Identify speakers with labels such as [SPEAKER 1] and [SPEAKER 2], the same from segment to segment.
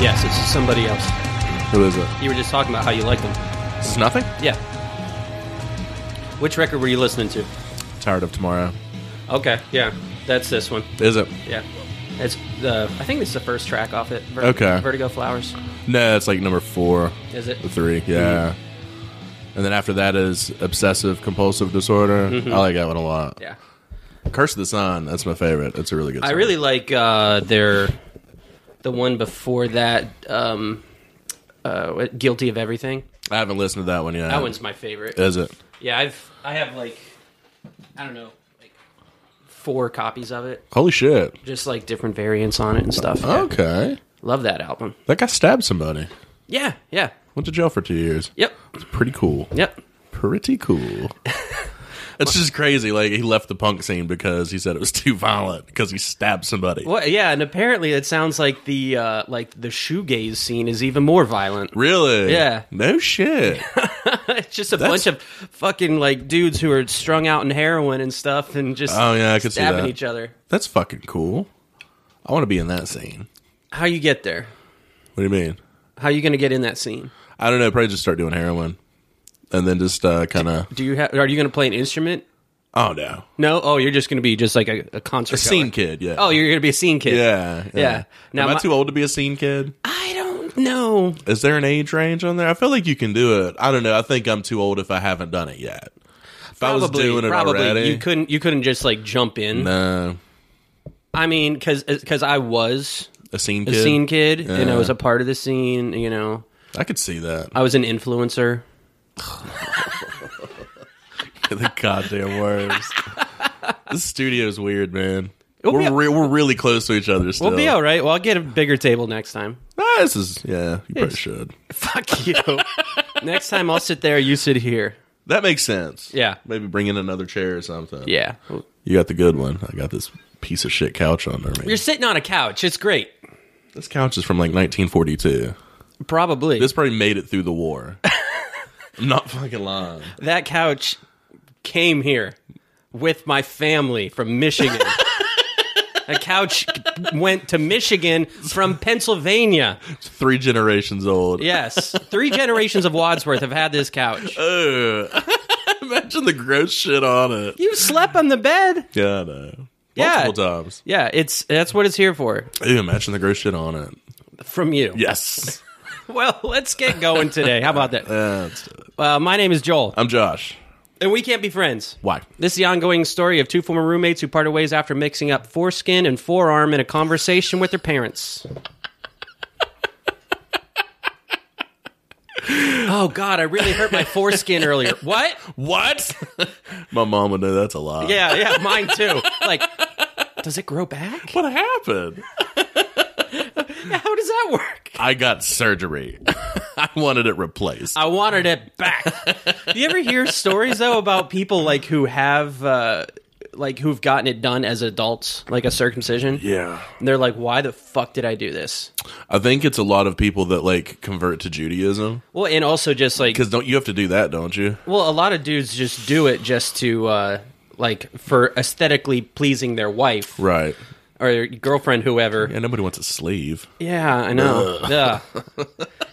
[SPEAKER 1] Yes, it's somebody else.
[SPEAKER 2] Who is it?
[SPEAKER 1] You were just talking about how you like them.
[SPEAKER 2] This is nothing.
[SPEAKER 1] Yeah. Which record were you listening to?
[SPEAKER 2] Tired of tomorrow.
[SPEAKER 1] Okay, yeah, that's this one.
[SPEAKER 2] Is it?
[SPEAKER 1] Yeah, it's the. I think it's the first track off it. Ver-
[SPEAKER 2] Okay.
[SPEAKER 1] Vertigo Flowers.
[SPEAKER 2] No, it's like number four,
[SPEAKER 1] Is it?
[SPEAKER 2] or three. Yeah.
[SPEAKER 1] Mm-hmm.
[SPEAKER 2] And then after that is obsessive compulsive disorder. I like that one a lot.
[SPEAKER 1] Yeah.
[SPEAKER 2] Curse of the Sun. That's my favorite. That's a really good.
[SPEAKER 1] I
[SPEAKER 2] song.
[SPEAKER 1] really like uh, their the one before that. Um, uh, what- guilty of everything.
[SPEAKER 2] I haven't listened to that one yet.
[SPEAKER 1] That one's my favorite.
[SPEAKER 2] Is it?
[SPEAKER 1] Yeah, I've I have like I don't know like four copies of it,
[SPEAKER 2] Holy shit.
[SPEAKER 1] just like different variants on it and stuff. Yeah.
[SPEAKER 2] Okay.
[SPEAKER 1] Love that album.
[SPEAKER 2] That guy stabbed somebody.
[SPEAKER 1] Yeah, yeah,
[SPEAKER 2] Went to jail for two years.
[SPEAKER 1] yep,
[SPEAKER 2] It's pretty cool.
[SPEAKER 1] yep.
[SPEAKER 2] Pretty cool. It's just crazy. Like he left the punk scene because he said it was too violent because he stabbed somebody.
[SPEAKER 1] Well, yeah, and apparently it sounds like the uh, like the shoegaze scene is even more violent.
[SPEAKER 2] Really?
[SPEAKER 1] Yeah.
[SPEAKER 2] No shit.
[SPEAKER 1] it's just a
[SPEAKER 2] That's-
[SPEAKER 1] bunch of fucking like dudes who are strung out in heroin and stuff, and just
[SPEAKER 2] Oh yeah, I could see
[SPEAKER 1] stabbing
[SPEAKER 2] that.
[SPEAKER 1] each other.
[SPEAKER 2] That's fucking cool. I want to be in that scene.
[SPEAKER 1] How you get there?
[SPEAKER 2] What do you mean?
[SPEAKER 1] How you going to get in that scene?
[SPEAKER 2] I don't know. Probably just start doing heroin, and then just uh, kind of.
[SPEAKER 1] Do you have? Are you going to play an instrument?
[SPEAKER 2] Oh no,
[SPEAKER 1] No. Oh, you're just going to be just like a, a concert goer.
[SPEAKER 2] scene kid. Yeah.
[SPEAKER 1] Oh, you're going to be a scene kid.
[SPEAKER 2] yeah.
[SPEAKER 1] Yeah. Now
[SPEAKER 2] Am I
[SPEAKER 1] my-
[SPEAKER 2] too old to be a scene kid?
[SPEAKER 1] I don't know.
[SPEAKER 2] Is there an age range on there? I feel like you can do it. I don't know. I think I'm too old if I haven't done it yet. If I was
[SPEAKER 1] Probably,
[SPEAKER 2] doing it
[SPEAKER 1] probably
[SPEAKER 2] already,
[SPEAKER 1] you couldn't. You couldn't just like jump in.
[SPEAKER 2] No,
[SPEAKER 1] I mean, because because I was
[SPEAKER 2] a scene
[SPEAKER 1] a
[SPEAKER 2] kid.
[SPEAKER 1] scene kid, and I
[SPEAKER 2] Yeah.
[SPEAKER 1] was a part of the scene. You know,
[SPEAKER 2] I could see that.
[SPEAKER 1] I was an influencer.
[SPEAKER 2] the goddamn worst. this studio's weird, man.
[SPEAKER 1] It'll be
[SPEAKER 2] we're
[SPEAKER 1] a-
[SPEAKER 2] re- we're really close to each other still.
[SPEAKER 1] We'll be all right. Well, I'll get a bigger table next time.
[SPEAKER 2] Ah, this is yeah. You probably should.
[SPEAKER 1] Fuck you. next time I'll sit there. You sit here.
[SPEAKER 2] That makes sense.
[SPEAKER 1] Yeah.
[SPEAKER 2] Maybe bring in another chair or something.
[SPEAKER 1] Yeah.
[SPEAKER 2] You got the good one. I got this piece of shit couch under me.
[SPEAKER 1] You're sitting on a couch. It's great.
[SPEAKER 2] This couch is from like 1942.
[SPEAKER 1] Probably.
[SPEAKER 2] This probably made it through the war. I'm not fucking lying.
[SPEAKER 1] that couch came here with my family from Michigan. A couch went to Michigan from Pennsylvania.
[SPEAKER 2] It's three generations old.
[SPEAKER 1] Yes. Three generations of Wadsworth have had this couch.
[SPEAKER 2] Uh, Ugh. Imagine the gross shit on it.
[SPEAKER 1] You slept on the bed.
[SPEAKER 2] Yeah, I know.
[SPEAKER 1] Yeah.
[SPEAKER 2] Multiple times.
[SPEAKER 1] Yeah, it's that's what it's here for.
[SPEAKER 2] Ew, imagine the gross shit on it.
[SPEAKER 1] From you.
[SPEAKER 2] Yes.
[SPEAKER 1] Well, let's get going today. How about that?
[SPEAKER 2] That's it.
[SPEAKER 1] Uh, my name is Joel,
[SPEAKER 2] I'm Josh.
[SPEAKER 1] and we can't be friends.
[SPEAKER 2] Why?
[SPEAKER 1] This is the ongoing story of two former roommates who parted ways after mixing up foreskin and forearm in a conversation with their parents. oh God, I really hurt my foreskin earlier. What?
[SPEAKER 2] What? My mom would know that's a lie.
[SPEAKER 1] Yeah, yeah, mine too. Like, does it grow back?
[SPEAKER 2] What happened?
[SPEAKER 1] How does that work?
[SPEAKER 2] I got surgery. I wanted it replaced.
[SPEAKER 1] I wanted it back. Do you ever hear stories though about people like who have uh like who've gotten it done as adults, like a circumcision?
[SPEAKER 2] yeah.
[SPEAKER 1] And they're like, why the fuck did I do this?
[SPEAKER 2] I think it's a lot of people that like convert to Judaism
[SPEAKER 1] Well, and also just like
[SPEAKER 2] because don't you have to do that, don't you?
[SPEAKER 1] Well, a lot of dudes just do it just to uh like for aesthetically pleasing their wife
[SPEAKER 2] Right.
[SPEAKER 1] or girlfriend, whoever.
[SPEAKER 2] Yeah, nobody wants a sleeve.
[SPEAKER 1] Yeah, I know. Ugh.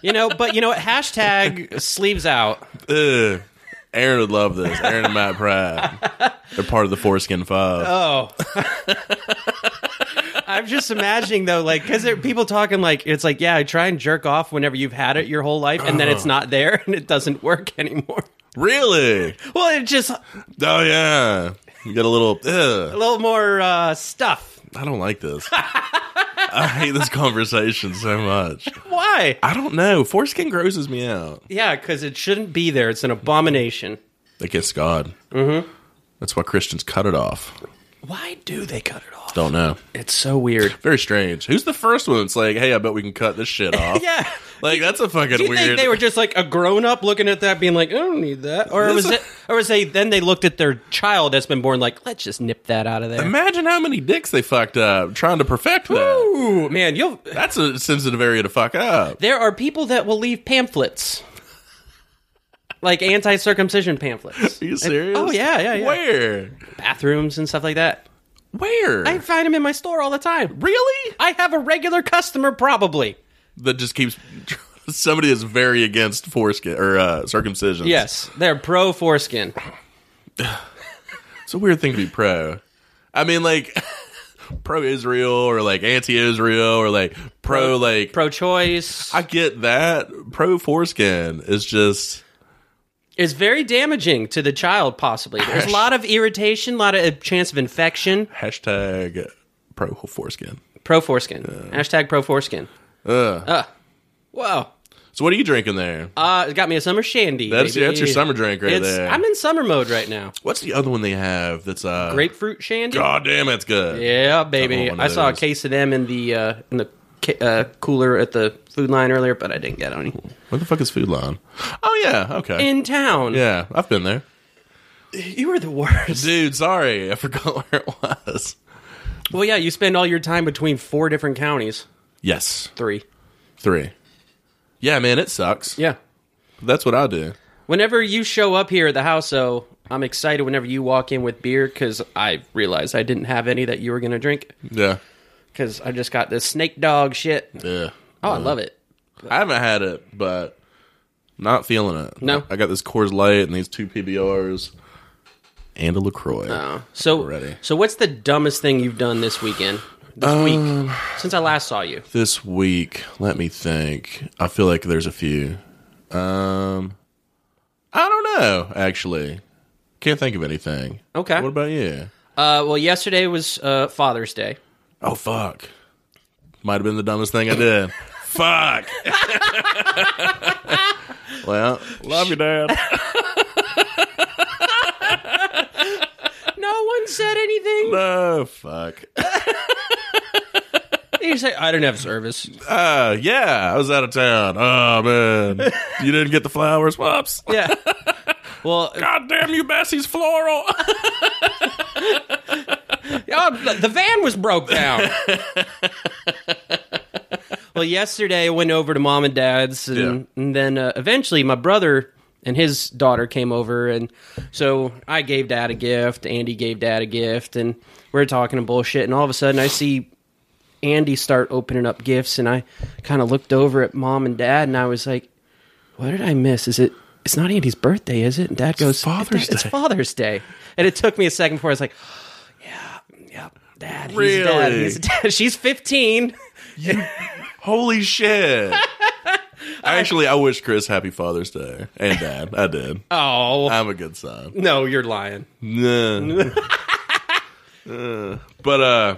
[SPEAKER 1] you know, but you know what? Hashtag sleeves out.
[SPEAKER 2] Ugh. Aaron would love this. Aaron and Matt Pride. They're part of the Foreskin Five.
[SPEAKER 1] Oh. I'm just imagining though, like, because people talking like it's like, yeah, I try and jerk off whenever you've had it your whole life, and then it's not there and it doesn't work anymore.
[SPEAKER 2] really?
[SPEAKER 1] Well, it's just a
[SPEAKER 2] Oh yeah. You got a little. Ugh.
[SPEAKER 1] little more uh, stuff.
[SPEAKER 2] I don't like this. I hate this conversation so much.
[SPEAKER 1] Why?
[SPEAKER 2] I don't know. Foreskin grosses me out.
[SPEAKER 1] Yeah, because it shouldn't be there. It's an abomination.
[SPEAKER 2] They kiss God. Mm-hmm. That's why Christians cut it off.
[SPEAKER 1] Why do they cut it off?
[SPEAKER 2] Don't know.
[SPEAKER 1] It's so weird.
[SPEAKER 2] Very strange. Who's the first one that's like, hey, I bet we can cut this shit off?
[SPEAKER 1] Yeah.
[SPEAKER 2] Like, that's a fucking
[SPEAKER 1] Do you
[SPEAKER 2] weird.
[SPEAKER 1] think they were just like a grown up looking at that, being like, "I don't need that," or
[SPEAKER 2] This
[SPEAKER 1] was
[SPEAKER 2] is-
[SPEAKER 1] it, or was they then they looked at their child that's been born, like, "Let's just nip that out of there."
[SPEAKER 2] Imagine how many dicks they fucked up trying to perfect that.
[SPEAKER 1] Ooh, man, you'll
[SPEAKER 2] That's a sensitive area to fuck up.
[SPEAKER 1] There are people that will leave pamphlets. Like anti circumcision pamphlets.
[SPEAKER 2] Are you serious?
[SPEAKER 1] oh, yeah, yeah, yeah.
[SPEAKER 2] Where?
[SPEAKER 1] Bathrooms and stuff like that.
[SPEAKER 2] Where?
[SPEAKER 1] I find them in my store all the time.
[SPEAKER 2] really?
[SPEAKER 1] I have a regular customer, probably.
[SPEAKER 2] that just keeps somebody is very against foreskin or uh, circumcision.
[SPEAKER 1] Yes, they're pro foreskin.
[SPEAKER 2] it's a weird thing to be pro. I mean, like pro Israel or like anti Israel or like pro like
[SPEAKER 1] Pro choice
[SPEAKER 2] I get that pro foreskin is just
[SPEAKER 1] is very damaging to the child, possibly. There's a lot of irritation, a lot of a chance of infection.
[SPEAKER 2] hashtag pro foreskin.
[SPEAKER 1] Pro foreskin.
[SPEAKER 2] Uh.
[SPEAKER 1] Hashtag pro foreskin. Ugh. Wow.
[SPEAKER 2] So what are you drinking there?
[SPEAKER 1] Uh, it got me a summer shandy.
[SPEAKER 2] That's-
[SPEAKER 1] baby.
[SPEAKER 2] that's your summer drink right
[SPEAKER 1] It's-
[SPEAKER 2] there.
[SPEAKER 1] I'm in summer mode right now.
[SPEAKER 2] What's the other one they have that's uh
[SPEAKER 1] Grapefruit shandy.
[SPEAKER 2] God damn it's good.
[SPEAKER 1] Yeah, baby.
[SPEAKER 2] one
[SPEAKER 1] I
[SPEAKER 2] of
[SPEAKER 1] saw a
[SPEAKER 2] those.
[SPEAKER 1] case of them in the uh, in the ca- uh, cooler at the food line earlier, but I didn't get any.
[SPEAKER 2] What the fuck is Food Line? Oh yeah, okay.
[SPEAKER 1] In town.
[SPEAKER 2] yeah, I've been there.
[SPEAKER 1] You are the worst.
[SPEAKER 2] Dude, sorry, I forgot where it was.
[SPEAKER 1] Well, yeah, you spend all your time between four different counties.
[SPEAKER 2] Yes.
[SPEAKER 1] Three.
[SPEAKER 2] Three. Yeah, man, it sucks.
[SPEAKER 1] Yeah.
[SPEAKER 2] That's what I do.
[SPEAKER 1] Whenever you show up here at the house, though, I'm excited whenever you walk in with beer because I realized I didn't have any that you were going to drink
[SPEAKER 2] Yeah.
[SPEAKER 1] because I just got this snake dog shit.
[SPEAKER 2] Yeah.
[SPEAKER 1] Oh, I love it.
[SPEAKER 2] I haven't had it, but not feeling it.
[SPEAKER 1] No.
[SPEAKER 2] I got this Coors Light and these two PBRs and a LaCroix.
[SPEAKER 1] Oh. So,
[SPEAKER 2] Uh, Already.
[SPEAKER 1] so what's the dumbest thing you've done this weekend, this
[SPEAKER 2] Um,
[SPEAKER 1] week, since I last saw you?
[SPEAKER 2] This week, let me think. I feel like there's a few. Um I don't know, actually. Can't think of anything.
[SPEAKER 1] Okay.
[SPEAKER 2] What about you?
[SPEAKER 1] Uh, well, yesterday was uh, Father's Day.
[SPEAKER 2] Oh fuck. Might have been the dumbest thing I did. fuck. well, love you, Dad.
[SPEAKER 1] No one said anything.
[SPEAKER 2] No, fuck.
[SPEAKER 1] you say I didn't have service.
[SPEAKER 2] Uh, yeah, I was out of town. Oh man, you didn't get the flowers, whoops.
[SPEAKER 1] Yeah. Well,
[SPEAKER 2] God damn you, Bessie's floral.
[SPEAKER 1] oh, the van was broke down. well, yesterday I went over to mom and dad's, and,
[SPEAKER 2] Yeah.
[SPEAKER 1] and then uh, eventually my brother and his daughter came over, and so I gave dad a gift. Andy gave dad a gift, and we are talking and bullshit, and all of a sudden I see Andy start opening up gifts, and I kind of looked over at mom and dad, and I was like, "What did I miss? Is it?" It's not Andy's birthday, is it? And Dad goes,
[SPEAKER 2] Father's
[SPEAKER 1] it's
[SPEAKER 2] Day."
[SPEAKER 1] Father's Day," and it took me a second before I was like, "Yeah, yeah, Oh, Dad, he's a dad,
[SPEAKER 2] Really?
[SPEAKER 1] he's a dad." She's 15.
[SPEAKER 2] Holy shit. Actually, I wish Chris happy Father's Day and Dad. I did.
[SPEAKER 1] Oh
[SPEAKER 2] I'm a good son.
[SPEAKER 1] no, you're lying.
[SPEAKER 2] Nah. Uh, but uh,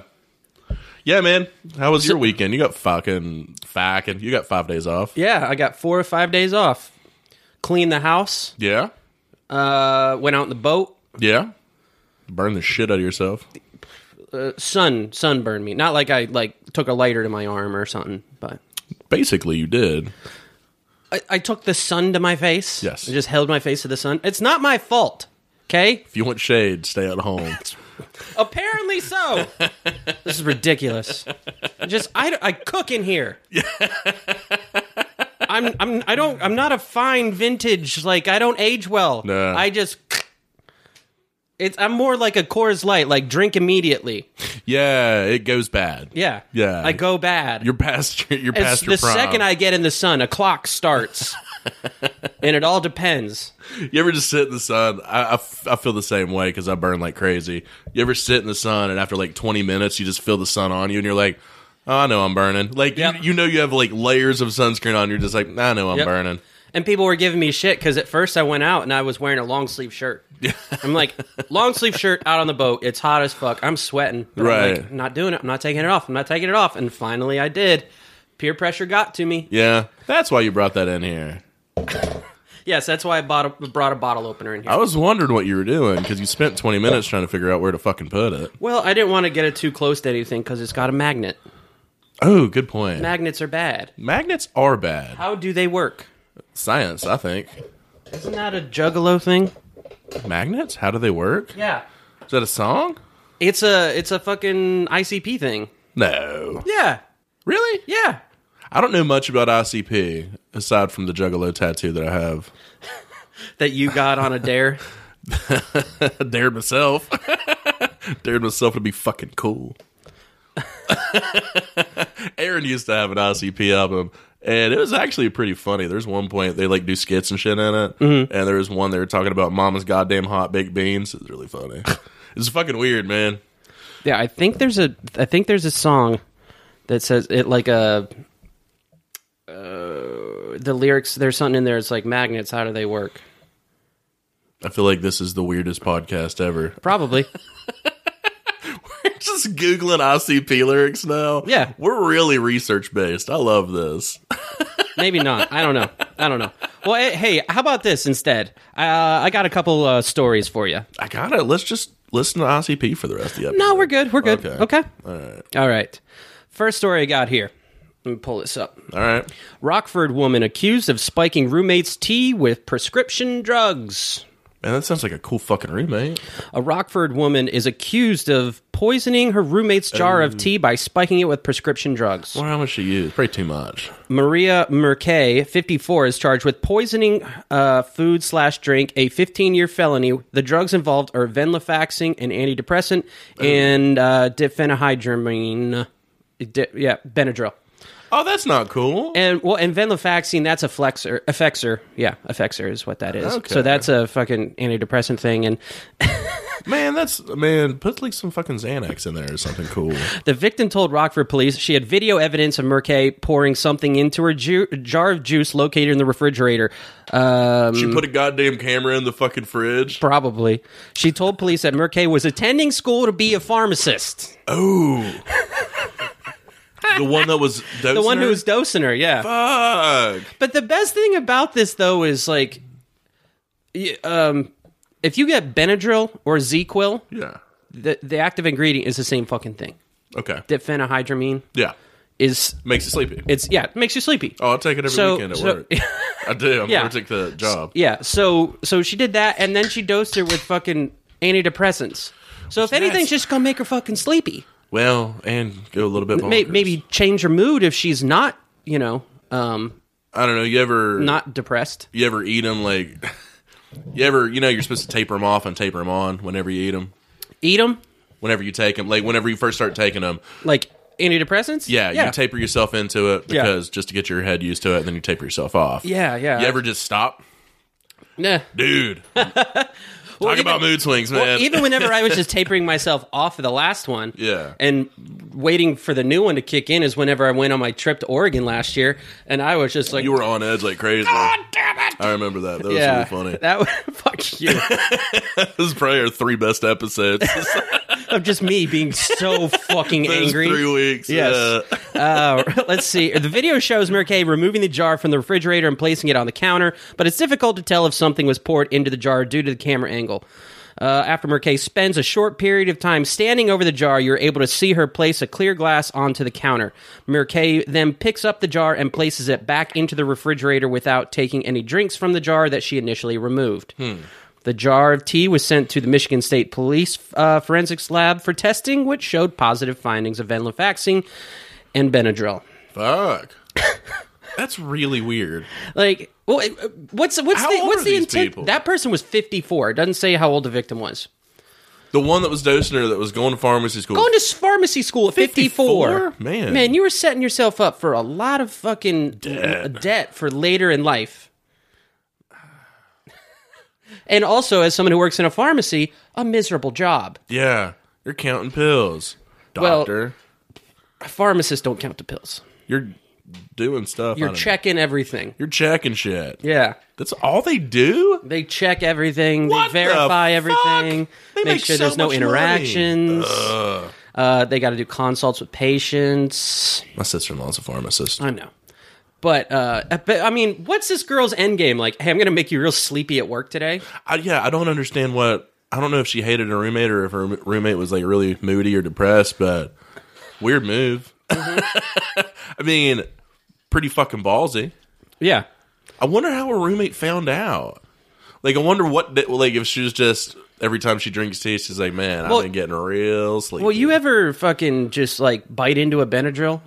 [SPEAKER 2] yeah, man. How was your weekend? You got fucking fucking. You got five days off.
[SPEAKER 1] Yeah, I got four or five days off. Cleaned the house.
[SPEAKER 2] Yeah.
[SPEAKER 1] Uh, went out in the boat.
[SPEAKER 2] Yeah. Burn the shit out of yourself.
[SPEAKER 1] Uh, sun sunburned me. Not like I like took a lighter to my arm or something, but
[SPEAKER 2] Basically, you did.
[SPEAKER 1] I, I took the sun to my face.
[SPEAKER 2] Yes.
[SPEAKER 1] I just held my face to the sun. It's not my fault. Okay.
[SPEAKER 2] If you want shade, stay at home.
[SPEAKER 1] Apparently so. this is ridiculous. Just I, I cook in here. I'm I'm I don't I'm not a fine vintage like I don't age well.
[SPEAKER 2] No.
[SPEAKER 1] I just it's I'm more like a Coors Light like drink immediately.
[SPEAKER 2] yeah, it goes bad.
[SPEAKER 1] Yeah.
[SPEAKER 2] Yeah.
[SPEAKER 1] I go bad.
[SPEAKER 2] You're past your, you're
[SPEAKER 1] It's
[SPEAKER 2] past your
[SPEAKER 1] the
[SPEAKER 2] prime.
[SPEAKER 1] second I get in the sun, a clock starts. and it all depends.
[SPEAKER 2] you ever just sit in the sun? I, I f- I feel the same way because I burn like crazy. You ever sit in the sun and after like 20 minutes, you just feel the sun on you and you're like, oh, I know I'm burning. Like,
[SPEAKER 1] Yep.
[SPEAKER 2] you, you know, you have like layers of sunscreen on. You're just like, I know I'm
[SPEAKER 1] Yep.
[SPEAKER 2] burning.
[SPEAKER 1] And people were giving me shit because at first I went out and I was wearing a long sleeve shirt. I'm like, long sleeve shirt out on the boat. It's hot as fuck. I'm sweating. But I'm
[SPEAKER 2] Right.
[SPEAKER 1] like, not doing it. I'm not taking it off. I'm not taking it off. And finally I did. Peer pressure got to me.
[SPEAKER 2] Yeah. That's why you brought that in here.
[SPEAKER 1] Yes, that's why I bought a, brought a bottle opener in here.
[SPEAKER 2] I was wondering what you were doing because you spent 20 minutes trying to figure out where to fucking put it.
[SPEAKER 1] Well, I didn't want to get it too close to anything because it's got a magnet.
[SPEAKER 2] Oh, good point.
[SPEAKER 1] Magnets are bad.
[SPEAKER 2] Magnets are bad.
[SPEAKER 1] How do they work?
[SPEAKER 2] Science, I think.
[SPEAKER 1] Isn't that a juggalo thing?
[SPEAKER 2] Magnets? How do they work?
[SPEAKER 1] Yeah.
[SPEAKER 2] Is that a song?
[SPEAKER 1] It's a it's a fucking ICP thing.
[SPEAKER 2] No.
[SPEAKER 1] Yeah.
[SPEAKER 2] Really?
[SPEAKER 1] Yeah.
[SPEAKER 2] I don't know much about ICP aside from the Juggalo tattoo that I have.
[SPEAKER 1] That you got on a dare.
[SPEAKER 2] I dared myself. dared myself to be fucking cool. Aaron used to have an ICP album, and it was actually pretty funny. There's one point they like do skits and shit in it, and there was one they were talking about Mama's goddamn hot baked beans. It's really funny. it's fucking weird, man.
[SPEAKER 1] Yeah, I think there's a I think there's a song that says it like a uh, the lyrics. There's something in there. It's like magnets. How do they work?
[SPEAKER 2] I feel like this is the weirdest podcast ever.
[SPEAKER 1] Probably.
[SPEAKER 2] Just googling ICP lyrics now.
[SPEAKER 1] Yeah.
[SPEAKER 2] we're really research based. I love this.
[SPEAKER 1] Maybe not. I don't know. I don't know. Well, eh, hey, how about this instead? Uh, I got a couple uh, stories for you.
[SPEAKER 2] I gotta let's just listen to ICP for the rest of the episode.
[SPEAKER 1] No, we're good. We're good.
[SPEAKER 2] Okay.
[SPEAKER 1] Okay.
[SPEAKER 2] All right,
[SPEAKER 1] All right. First story I got here. Let me pull this up.
[SPEAKER 2] all right.
[SPEAKER 1] Rockford woman accused of spiking roommate's tea with prescription drugs.
[SPEAKER 2] Man, that sounds like a cool fucking roommate.
[SPEAKER 1] A Rockford woman is accused of poisoning her roommate's jar of tea by spiking it with prescription drugs.
[SPEAKER 2] I wonder how much she used. Probably too much.
[SPEAKER 1] Maria Merkay, 54, is charged with poisoning uh, food slash drink, a 15 year felony. The drugs involved are venlafaxine, an antidepressant, and uh, diphenhydramine. Di- yeah, Benadryl.
[SPEAKER 2] Oh, that's not cool.
[SPEAKER 1] And well, and venlafaxine, that's a flexor, effexor. Yeah, effexor is what that is.
[SPEAKER 2] Okay.
[SPEAKER 1] So that's a fucking antidepressant thing. And
[SPEAKER 2] man, that's man. Put like some fucking Xanax in there or something cool.
[SPEAKER 1] The victim told Rockford police she had video evidence of Merkay pouring something into her ju- jar of juice located in the refrigerator. Um,
[SPEAKER 2] she put a goddamn camera in the fucking fridge.
[SPEAKER 1] probably. She told police that Merkay was attending school to be a pharmacist.
[SPEAKER 2] Oh, the one that was dosing
[SPEAKER 1] The one
[SPEAKER 2] her?
[SPEAKER 1] who was dosing her, yeah.
[SPEAKER 2] fuck.
[SPEAKER 1] But the best thing about this, though, is like, y- um, if you get Benadryl or ZQL,
[SPEAKER 2] Yeah.
[SPEAKER 1] the, the active ingredient is the same fucking thing.
[SPEAKER 2] Okay.
[SPEAKER 1] Diphenhydramine
[SPEAKER 2] Yeah.
[SPEAKER 1] is,
[SPEAKER 2] Makes you sleepy.
[SPEAKER 1] it's, yeah, it makes you sleepy.
[SPEAKER 2] oh, I'll take it every
[SPEAKER 1] So-
[SPEAKER 2] weekend at
[SPEAKER 1] so-
[SPEAKER 2] work. I do. I'm
[SPEAKER 1] Yeah.
[SPEAKER 2] gonna take the job.
[SPEAKER 1] Yeah, so so she did that, and then she dosed her with fucking antidepressants. So if anything's just gonna make her fucking sleepy.
[SPEAKER 2] Well, and go a little bit.
[SPEAKER 1] May,
[SPEAKER 2] bonkers.
[SPEAKER 1] maybe change her mood if she's not, you know, um,
[SPEAKER 2] I don't know. You ever
[SPEAKER 1] not depressed.
[SPEAKER 2] you ever eat them like you ever you know you're supposed to taper them off and taper them on whenever you eat them
[SPEAKER 1] Eat them
[SPEAKER 2] whenever you take them like whenever you first start taking them
[SPEAKER 1] like antidepressants.
[SPEAKER 2] yeah,
[SPEAKER 1] yeah,
[SPEAKER 2] you taper yourself into it
[SPEAKER 1] Yeah.
[SPEAKER 2] because just to get your head used to it and then you taper yourself off
[SPEAKER 1] yeah, yeah.
[SPEAKER 2] you ever just stop
[SPEAKER 1] Nah.
[SPEAKER 2] dude talk about mood swings man
[SPEAKER 1] Well, even whenever I was just tapering myself off of the last one,
[SPEAKER 2] Yeah.
[SPEAKER 1] and waiting for the new one to kick in is whenever I went on my trip to Oregon last year, and I was just like,
[SPEAKER 2] you were on edge like crazy
[SPEAKER 1] God damn it!
[SPEAKER 2] I remember that. That was
[SPEAKER 1] yeah,
[SPEAKER 2] really funny.
[SPEAKER 1] That was, fuck you.
[SPEAKER 2] This is probably our three best episodes.
[SPEAKER 1] of just me being so fucking
[SPEAKER 2] Those
[SPEAKER 1] angry.
[SPEAKER 2] three weeks.
[SPEAKER 1] Yes.
[SPEAKER 2] Yeah.
[SPEAKER 1] Uh, let's see. The video shows Merkay removing the jar from the refrigerator and placing it on the counter, but it's difficult to tell if something was poured into the jar due to the camera angle. Uh, after Merkay spends a short period of time standing over the jar, you're able to see her place a clear glass onto the counter. Merkay then picks up the jar and places it back into the refrigerator without taking any drinks from the jar that she initially removed. The jar of tea was sent to the Michigan State Police uh, forensics lab for testing, which showed positive findings of venlafaxine and Benadryl.
[SPEAKER 2] Fuck. That's really weird.
[SPEAKER 1] Like, well, it- what's what's
[SPEAKER 2] How
[SPEAKER 1] the
[SPEAKER 2] old
[SPEAKER 1] what's
[SPEAKER 2] are
[SPEAKER 1] the
[SPEAKER 2] these
[SPEAKER 1] intent?
[SPEAKER 2] people?
[SPEAKER 1] That person was fifty four. It doesn't say how old the victim was.
[SPEAKER 2] The one that was dosing her that was going to pharmacy school.
[SPEAKER 1] Going to pharmacy school at fifty four.
[SPEAKER 2] 54? Man.
[SPEAKER 1] man, you were setting yourself up for a lot of fucking
[SPEAKER 2] Debt.
[SPEAKER 1] debt for later in life. And also, as someone who works in a pharmacy, a miserable job.
[SPEAKER 2] yeah. You're counting pills.
[SPEAKER 1] Well-
[SPEAKER 2] Doctor.
[SPEAKER 1] Pharmacists don't count the pills.
[SPEAKER 2] you're doing stuff. I
[SPEAKER 1] You're
[SPEAKER 2] don't know.
[SPEAKER 1] checking everything.
[SPEAKER 2] You're checking shit.
[SPEAKER 1] Yeah.
[SPEAKER 2] That's all they do?
[SPEAKER 1] They check everything.
[SPEAKER 2] What the
[SPEAKER 1] they verify
[SPEAKER 2] fuck?
[SPEAKER 1] everything.
[SPEAKER 2] They
[SPEAKER 1] make
[SPEAKER 2] make
[SPEAKER 1] sure
[SPEAKER 2] so
[SPEAKER 1] there's no
[SPEAKER 2] much
[SPEAKER 1] interactions. Uh, they got to do consults with patients.
[SPEAKER 2] My sister in law's a pharmacist.
[SPEAKER 1] I know, but uh, but I mean, what's this girl's end game? Like, hey, I'm gonna make you real sleepy at work today.
[SPEAKER 2] I, yeah, I don't understand what. I don't know if she hated her roommate or if her roommate was like really moody or depressed, but weird move. I mean, pretty fucking ballsy.
[SPEAKER 1] Yeah,
[SPEAKER 2] I wonder how her roommate found out. Like, I wonder what, di- like, if she was just every time she drinks tea, she's like, "Man,
[SPEAKER 1] Well-
[SPEAKER 2] I've been getting real sleepy."
[SPEAKER 1] Well, you ever fucking just like bite into a Benadryl?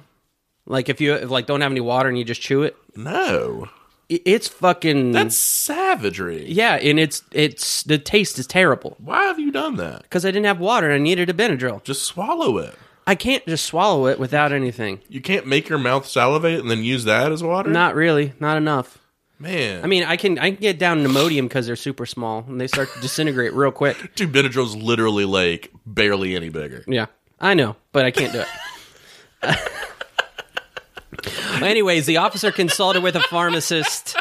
[SPEAKER 1] Like if you like don't have any water and you just chew it,
[SPEAKER 2] no,
[SPEAKER 1] I- it's fucking
[SPEAKER 2] that's
[SPEAKER 1] Mm-hmm.
[SPEAKER 2] savagery.
[SPEAKER 1] yeah, and it's it's the taste is terrible
[SPEAKER 2] Why have you done that?
[SPEAKER 1] because I didn't have water and I needed a Benadryl.
[SPEAKER 2] Just swallow it.
[SPEAKER 1] I can't just swallow it without anything.
[SPEAKER 2] You can't make your mouth salivate and then use that as water.
[SPEAKER 1] Not really, not enough.
[SPEAKER 2] man.
[SPEAKER 1] I mean, I can I can get down to Imodium because they're super small and they start to disintegrate real quick.
[SPEAKER 2] dude, Benadryl's literally like barely any bigger.
[SPEAKER 1] Yeah, I know, but I can't do it. Anyways, the officer consulted with a pharmacist.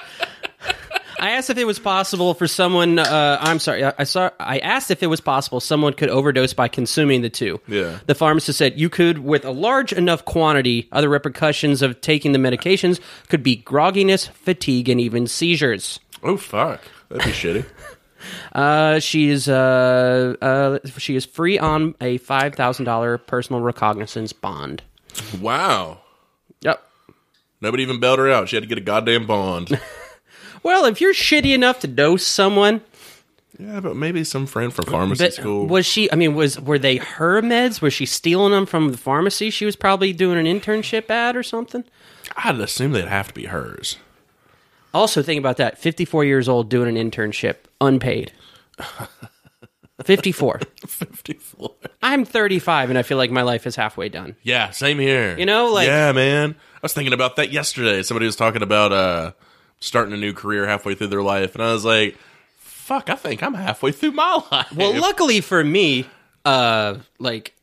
[SPEAKER 1] I asked if it was possible for someone. Uh, I'm sorry. I, I saw. I asked if it was possible someone could overdose by consuming the two.
[SPEAKER 2] Yeah.
[SPEAKER 1] The pharmacist said you could, with a large enough quantity. Other repercussions of taking the medications could be grogginess, fatigue, and even seizures.
[SPEAKER 2] Oh fuck, that'd be shitty.
[SPEAKER 1] Uh, she is uh, uh, she is free on a five thousand dollar personal recognizance bond.
[SPEAKER 2] Wow,
[SPEAKER 1] Yep.
[SPEAKER 2] nobody even bailed her out. She had to get a goddamn bond.
[SPEAKER 1] Well, if you're shitty enough to dose someone,
[SPEAKER 2] yeah, but maybe some friend from pharmacy
[SPEAKER 1] but
[SPEAKER 2] school.
[SPEAKER 1] was she? I mean, was were they her meds? Was she stealing them from the pharmacy? She was probably doing an internship at or something.
[SPEAKER 2] I'd assume they'd have to be hers.
[SPEAKER 1] Also, think about that: fifty-four years old doing an internship, unpaid. Fifty-four.
[SPEAKER 2] Fifty-four.
[SPEAKER 1] I'm thirty-five, and I feel like my life is halfway done.
[SPEAKER 2] Yeah, same here. You
[SPEAKER 1] know, like-
[SPEAKER 2] yeah, man. I was thinking about that yesterday. Somebody was talking about uh starting a new career halfway through their life, and I was like, "Fuck, I think I'm halfway through my life."
[SPEAKER 1] Well, luckily for me, uh, like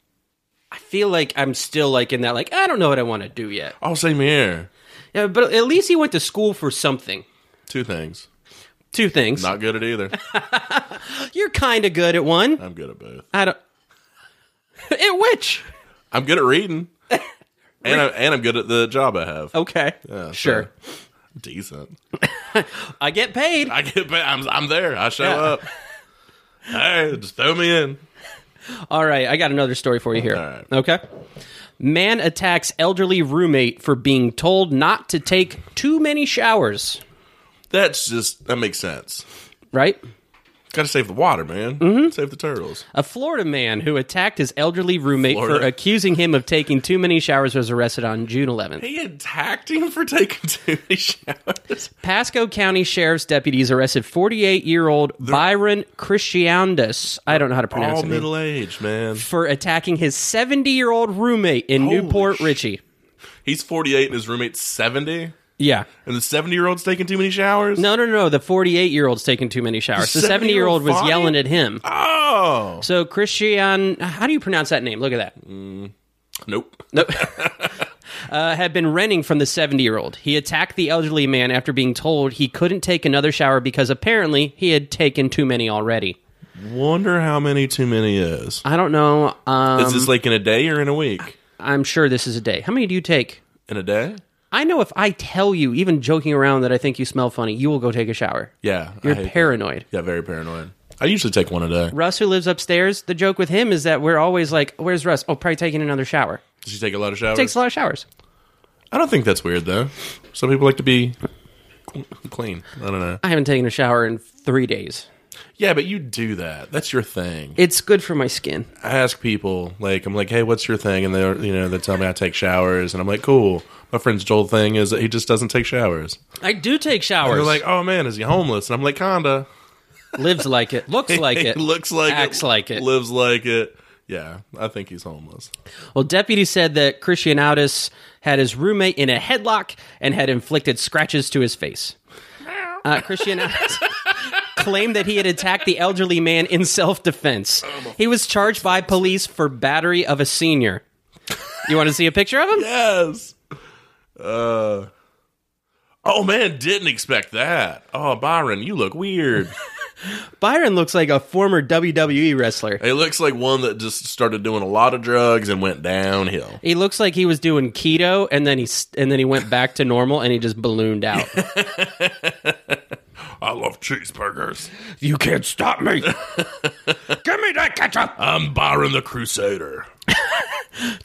[SPEAKER 1] I feel like I'm still like in that like I don't know what I want to do yet.
[SPEAKER 2] oh, same here.
[SPEAKER 1] Yeah, but at least he went to school for something.
[SPEAKER 2] Two things.
[SPEAKER 1] Two things.
[SPEAKER 2] Not good at either.
[SPEAKER 1] You're kind of good at one.
[SPEAKER 2] I'm good at both.
[SPEAKER 1] I don't. at which?
[SPEAKER 2] I'm good at reading, and I, and I'm good at the job I have.
[SPEAKER 1] Okay.
[SPEAKER 2] Yeah, so
[SPEAKER 1] sure.
[SPEAKER 2] decent.
[SPEAKER 1] I get paid.
[SPEAKER 2] I get. Paid. I'm I'm there. I show
[SPEAKER 1] Yeah.
[SPEAKER 2] up. Hey, just throw me in.
[SPEAKER 1] All right, I got another story for you here.
[SPEAKER 2] All right.
[SPEAKER 1] Okay. Man attacks elderly roommate for being told not to take too many showers.
[SPEAKER 2] That's just that makes sense.
[SPEAKER 1] Right?
[SPEAKER 2] Got to save the water, man.
[SPEAKER 1] Mm-hmm.
[SPEAKER 2] Save the turtles.
[SPEAKER 1] A Florida man who attacked his elderly roommate for
[SPEAKER 2] Florida.
[SPEAKER 1] accusing him of taking too many showers was arrested on June 11th.
[SPEAKER 2] He attacked him for taking too many showers.
[SPEAKER 1] Pasco County Sheriff's deputies arrested 48 year old Byron Christiandes. I don't know how to pronounce
[SPEAKER 2] All
[SPEAKER 1] it.
[SPEAKER 2] middle aged, man.
[SPEAKER 1] For attacking his 70 year old roommate in Newport
[SPEAKER 2] sh-
[SPEAKER 1] Richie.
[SPEAKER 2] He's 48 and his roommate's 70.
[SPEAKER 1] Yeah.
[SPEAKER 2] And the 70 year old's taking too many showers?
[SPEAKER 1] No, no, no. The 48 year old's taking too many showers. The 70 year
[SPEAKER 2] 70-year-old
[SPEAKER 1] old was
[SPEAKER 2] fine?
[SPEAKER 1] yelling at him.
[SPEAKER 2] Oh.
[SPEAKER 1] So, Christian, how do you pronounce that name? Look at that.
[SPEAKER 2] Nope.
[SPEAKER 1] Nope. uh, had been renting from the 70 year old. He attacked the elderly man after being told he couldn't take another shower because apparently he had taken too many already.
[SPEAKER 2] Wonder how many too many is.
[SPEAKER 1] I don't know. Um,
[SPEAKER 2] Is this like in a day or in a week?
[SPEAKER 1] I'm sure this is a day. How many do you take?
[SPEAKER 2] In a day?
[SPEAKER 1] I know if I tell you, even joking around, that I think you smell funny, you will go take a shower.
[SPEAKER 2] Yeah. I
[SPEAKER 1] You're
[SPEAKER 2] hate that.
[SPEAKER 1] paranoid.
[SPEAKER 2] Yeah, very paranoid. I usually take one a day.
[SPEAKER 1] Russ, who lives upstairs, the joke with him is that we're always like, "Where's Russ? Oh, probably taking another shower.
[SPEAKER 2] Does she take a lot of showers?
[SPEAKER 1] Takes a lot of showers."
[SPEAKER 2] I don't think that's weird, though. Some people like to be qu- clean. I don't know.
[SPEAKER 1] I haven't taken a shower in three days.
[SPEAKER 2] Yeah, but you do that. That's your thing.
[SPEAKER 1] It's good for my skin.
[SPEAKER 2] I ask people like I'm like, hey, what's your thing? And they are you know they tell me I take showers, and I'm like, cool. My friend's Joel thing is that he just doesn't take showers.
[SPEAKER 1] I do
[SPEAKER 2] They're
[SPEAKER 1] take showers.
[SPEAKER 2] like, oh man, is he homeless? And I'm like, kinda.
[SPEAKER 1] lives like it, looks like it,
[SPEAKER 2] He looks like
[SPEAKER 1] acts
[SPEAKER 2] it,
[SPEAKER 1] like it.
[SPEAKER 2] lives like it. Yeah, I think he's homeless.
[SPEAKER 1] Well, deputies said that Christianadis had his roommate in a headlock and had inflicted scratches to his face. Uh, Christianadis claimed that he had attacked the elderly man in self defense. He was charged by police for battery of a senior. You want to see a picture of him?
[SPEAKER 2] Yes. Uh. Oh man, didn't expect that. Oh Byron, you look weird.
[SPEAKER 1] Byron looks like a former WWE wrestler.
[SPEAKER 2] it looks like one that just started doing a lot of drugs and went downhill.
[SPEAKER 1] He looks like he was doing keto and then he s- and then he went back to normal and he just ballooned out.
[SPEAKER 2] I love cheeseburgers.
[SPEAKER 1] you can't stop me.
[SPEAKER 2] Give me that ketchup. I'm Byron the Crusader.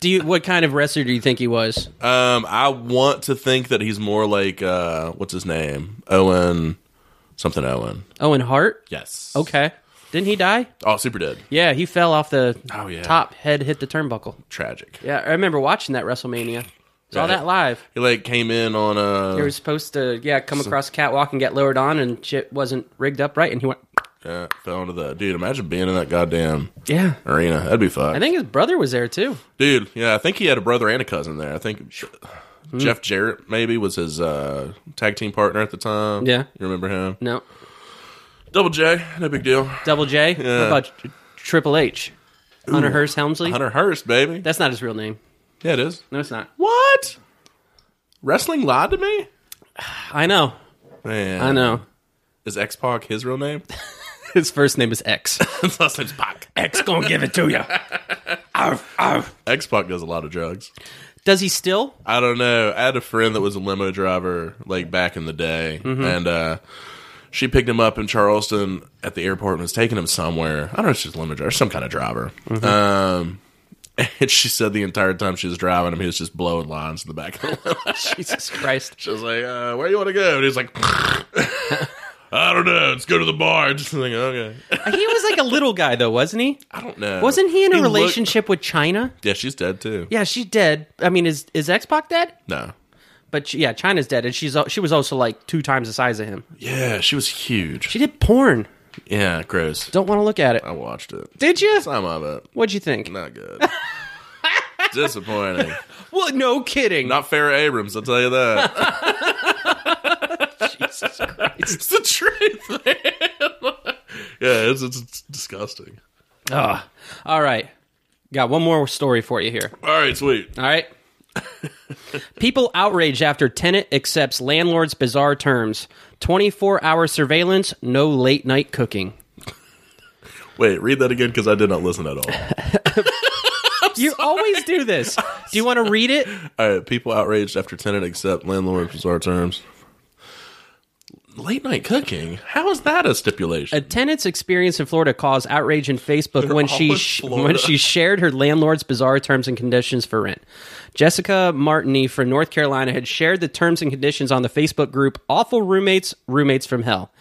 [SPEAKER 1] Do you what kind of wrestler do you think he was?
[SPEAKER 2] Um, I want to think that he's more like uh, what's his name, Owen, something Owen.
[SPEAKER 1] Owen Hart?
[SPEAKER 2] Yes.
[SPEAKER 1] Oh, Okay. Didn't he die?
[SPEAKER 2] Oh, super dead.
[SPEAKER 1] Yeah, he fell off the
[SPEAKER 2] Oh, yeah.
[SPEAKER 1] top, head hit the turnbuckle.
[SPEAKER 2] Tragic.
[SPEAKER 1] Yeah, I remember watching that WrestleMania. Saw
[SPEAKER 2] Right.
[SPEAKER 1] that live.
[SPEAKER 2] He like came in on uh,
[SPEAKER 1] They were
[SPEAKER 2] a.
[SPEAKER 1] supposed to, yeah, come across a catwalk and get lowered on, and shit wasn't rigged up right, and he went
[SPEAKER 2] Yeah, fell into that. Dude, imagine being in that goddamn
[SPEAKER 1] Yeah.
[SPEAKER 2] arena. That'd be fun.
[SPEAKER 1] I think his brother was there too.
[SPEAKER 2] Dude, yeah, I think he had a brother and a cousin there. I think
[SPEAKER 1] Hmm.
[SPEAKER 2] Jeff Jarrett maybe was his uh, tag team partner at the time.
[SPEAKER 1] Yeah.
[SPEAKER 2] You remember him?
[SPEAKER 1] No.
[SPEAKER 2] Double J, no big deal.
[SPEAKER 1] Double J? What
[SPEAKER 2] Yeah.
[SPEAKER 1] about Tr- Triple H? Hunter Hearst Helmsley?
[SPEAKER 2] Hunter Hearst, baby.
[SPEAKER 1] That's not his real name.
[SPEAKER 2] yeah, it is.
[SPEAKER 1] No, it's not.
[SPEAKER 2] What? Wrestling lied to me?
[SPEAKER 1] I know.
[SPEAKER 2] Man.
[SPEAKER 1] I know.
[SPEAKER 2] Is X Pac his real name?
[SPEAKER 1] His first name is X.
[SPEAKER 2] his last name's Pac.
[SPEAKER 1] X gonna give it to you.
[SPEAKER 2] X Pac does a lot of drugs.
[SPEAKER 1] Does he still?
[SPEAKER 2] I don't know. I had a friend that was a limo driver like back in the day,
[SPEAKER 1] Mm-hmm.
[SPEAKER 2] and uh, she picked him up in Charleston at the airport and was taking him somewhere. I don't know if she's a limo driver, some kind of driver.
[SPEAKER 1] Mm-hmm.
[SPEAKER 2] Um, and she said the entire time she was driving him, he was just blowing lines in the back of the limo.
[SPEAKER 1] Jesus Christ.
[SPEAKER 2] she was like, uh, "Where do you want to go?" And he's like. I don't know. Let's go to the bar. Just like okay.
[SPEAKER 1] He was like a little guy though, wasn't he?
[SPEAKER 2] I don't know.
[SPEAKER 1] Wasn't he in a
[SPEAKER 2] looked-
[SPEAKER 1] relationship with China?
[SPEAKER 2] yeah, she's dead too.
[SPEAKER 1] Yeah, she's dead. I mean, is is X Pac dead?
[SPEAKER 2] No.
[SPEAKER 1] But she, yeah, China's dead, and she's al- she was also like two times the size of him.
[SPEAKER 2] Yeah, she was huge.
[SPEAKER 1] She did porn.
[SPEAKER 2] Yeah, gross.
[SPEAKER 1] Don't want to look at it.
[SPEAKER 2] I watched it.
[SPEAKER 1] Did you?
[SPEAKER 2] Some of it.
[SPEAKER 1] What'd you think?
[SPEAKER 2] Not good. Disappointing.
[SPEAKER 1] Well, no kidding.
[SPEAKER 2] Not Farrah Abrams, I'll tell you that.
[SPEAKER 1] Jesus Christ.
[SPEAKER 2] it's the truth, man. yeah, it's, it's, it's disgusting.
[SPEAKER 1] Ugh. All right, got one more story for you here.
[SPEAKER 2] All right, sweet.
[SPEAKER 1] All right. People outraged after tenant accepts landlord's bizarre terms: twenty-four hour surveillance, no late night cooking.
[SPEAKER 2] Wait, read that again because I did not listen at all.
[SPEAKER 1] You always do this. Do you want to read it?
[SPEAKER 2] all right, people outraged after tenant accept landlord bizarre terms. Late night cooking? How is that a stipulation?
[SPEAKER 1] A tenant's experience in Florida caused outrage in Facebook when she
[SPEAKER 2] all in
[SPEAKER 1] sh-
[SPEAKER 2] Florida.
[SPEAKER 1] when she shared her landlord's bizarre terms and conditions for rent. Jessica Martini from North Carolina had shared the terms and conditions on the Facebook group "Awful Roommates, Roommates from Hell."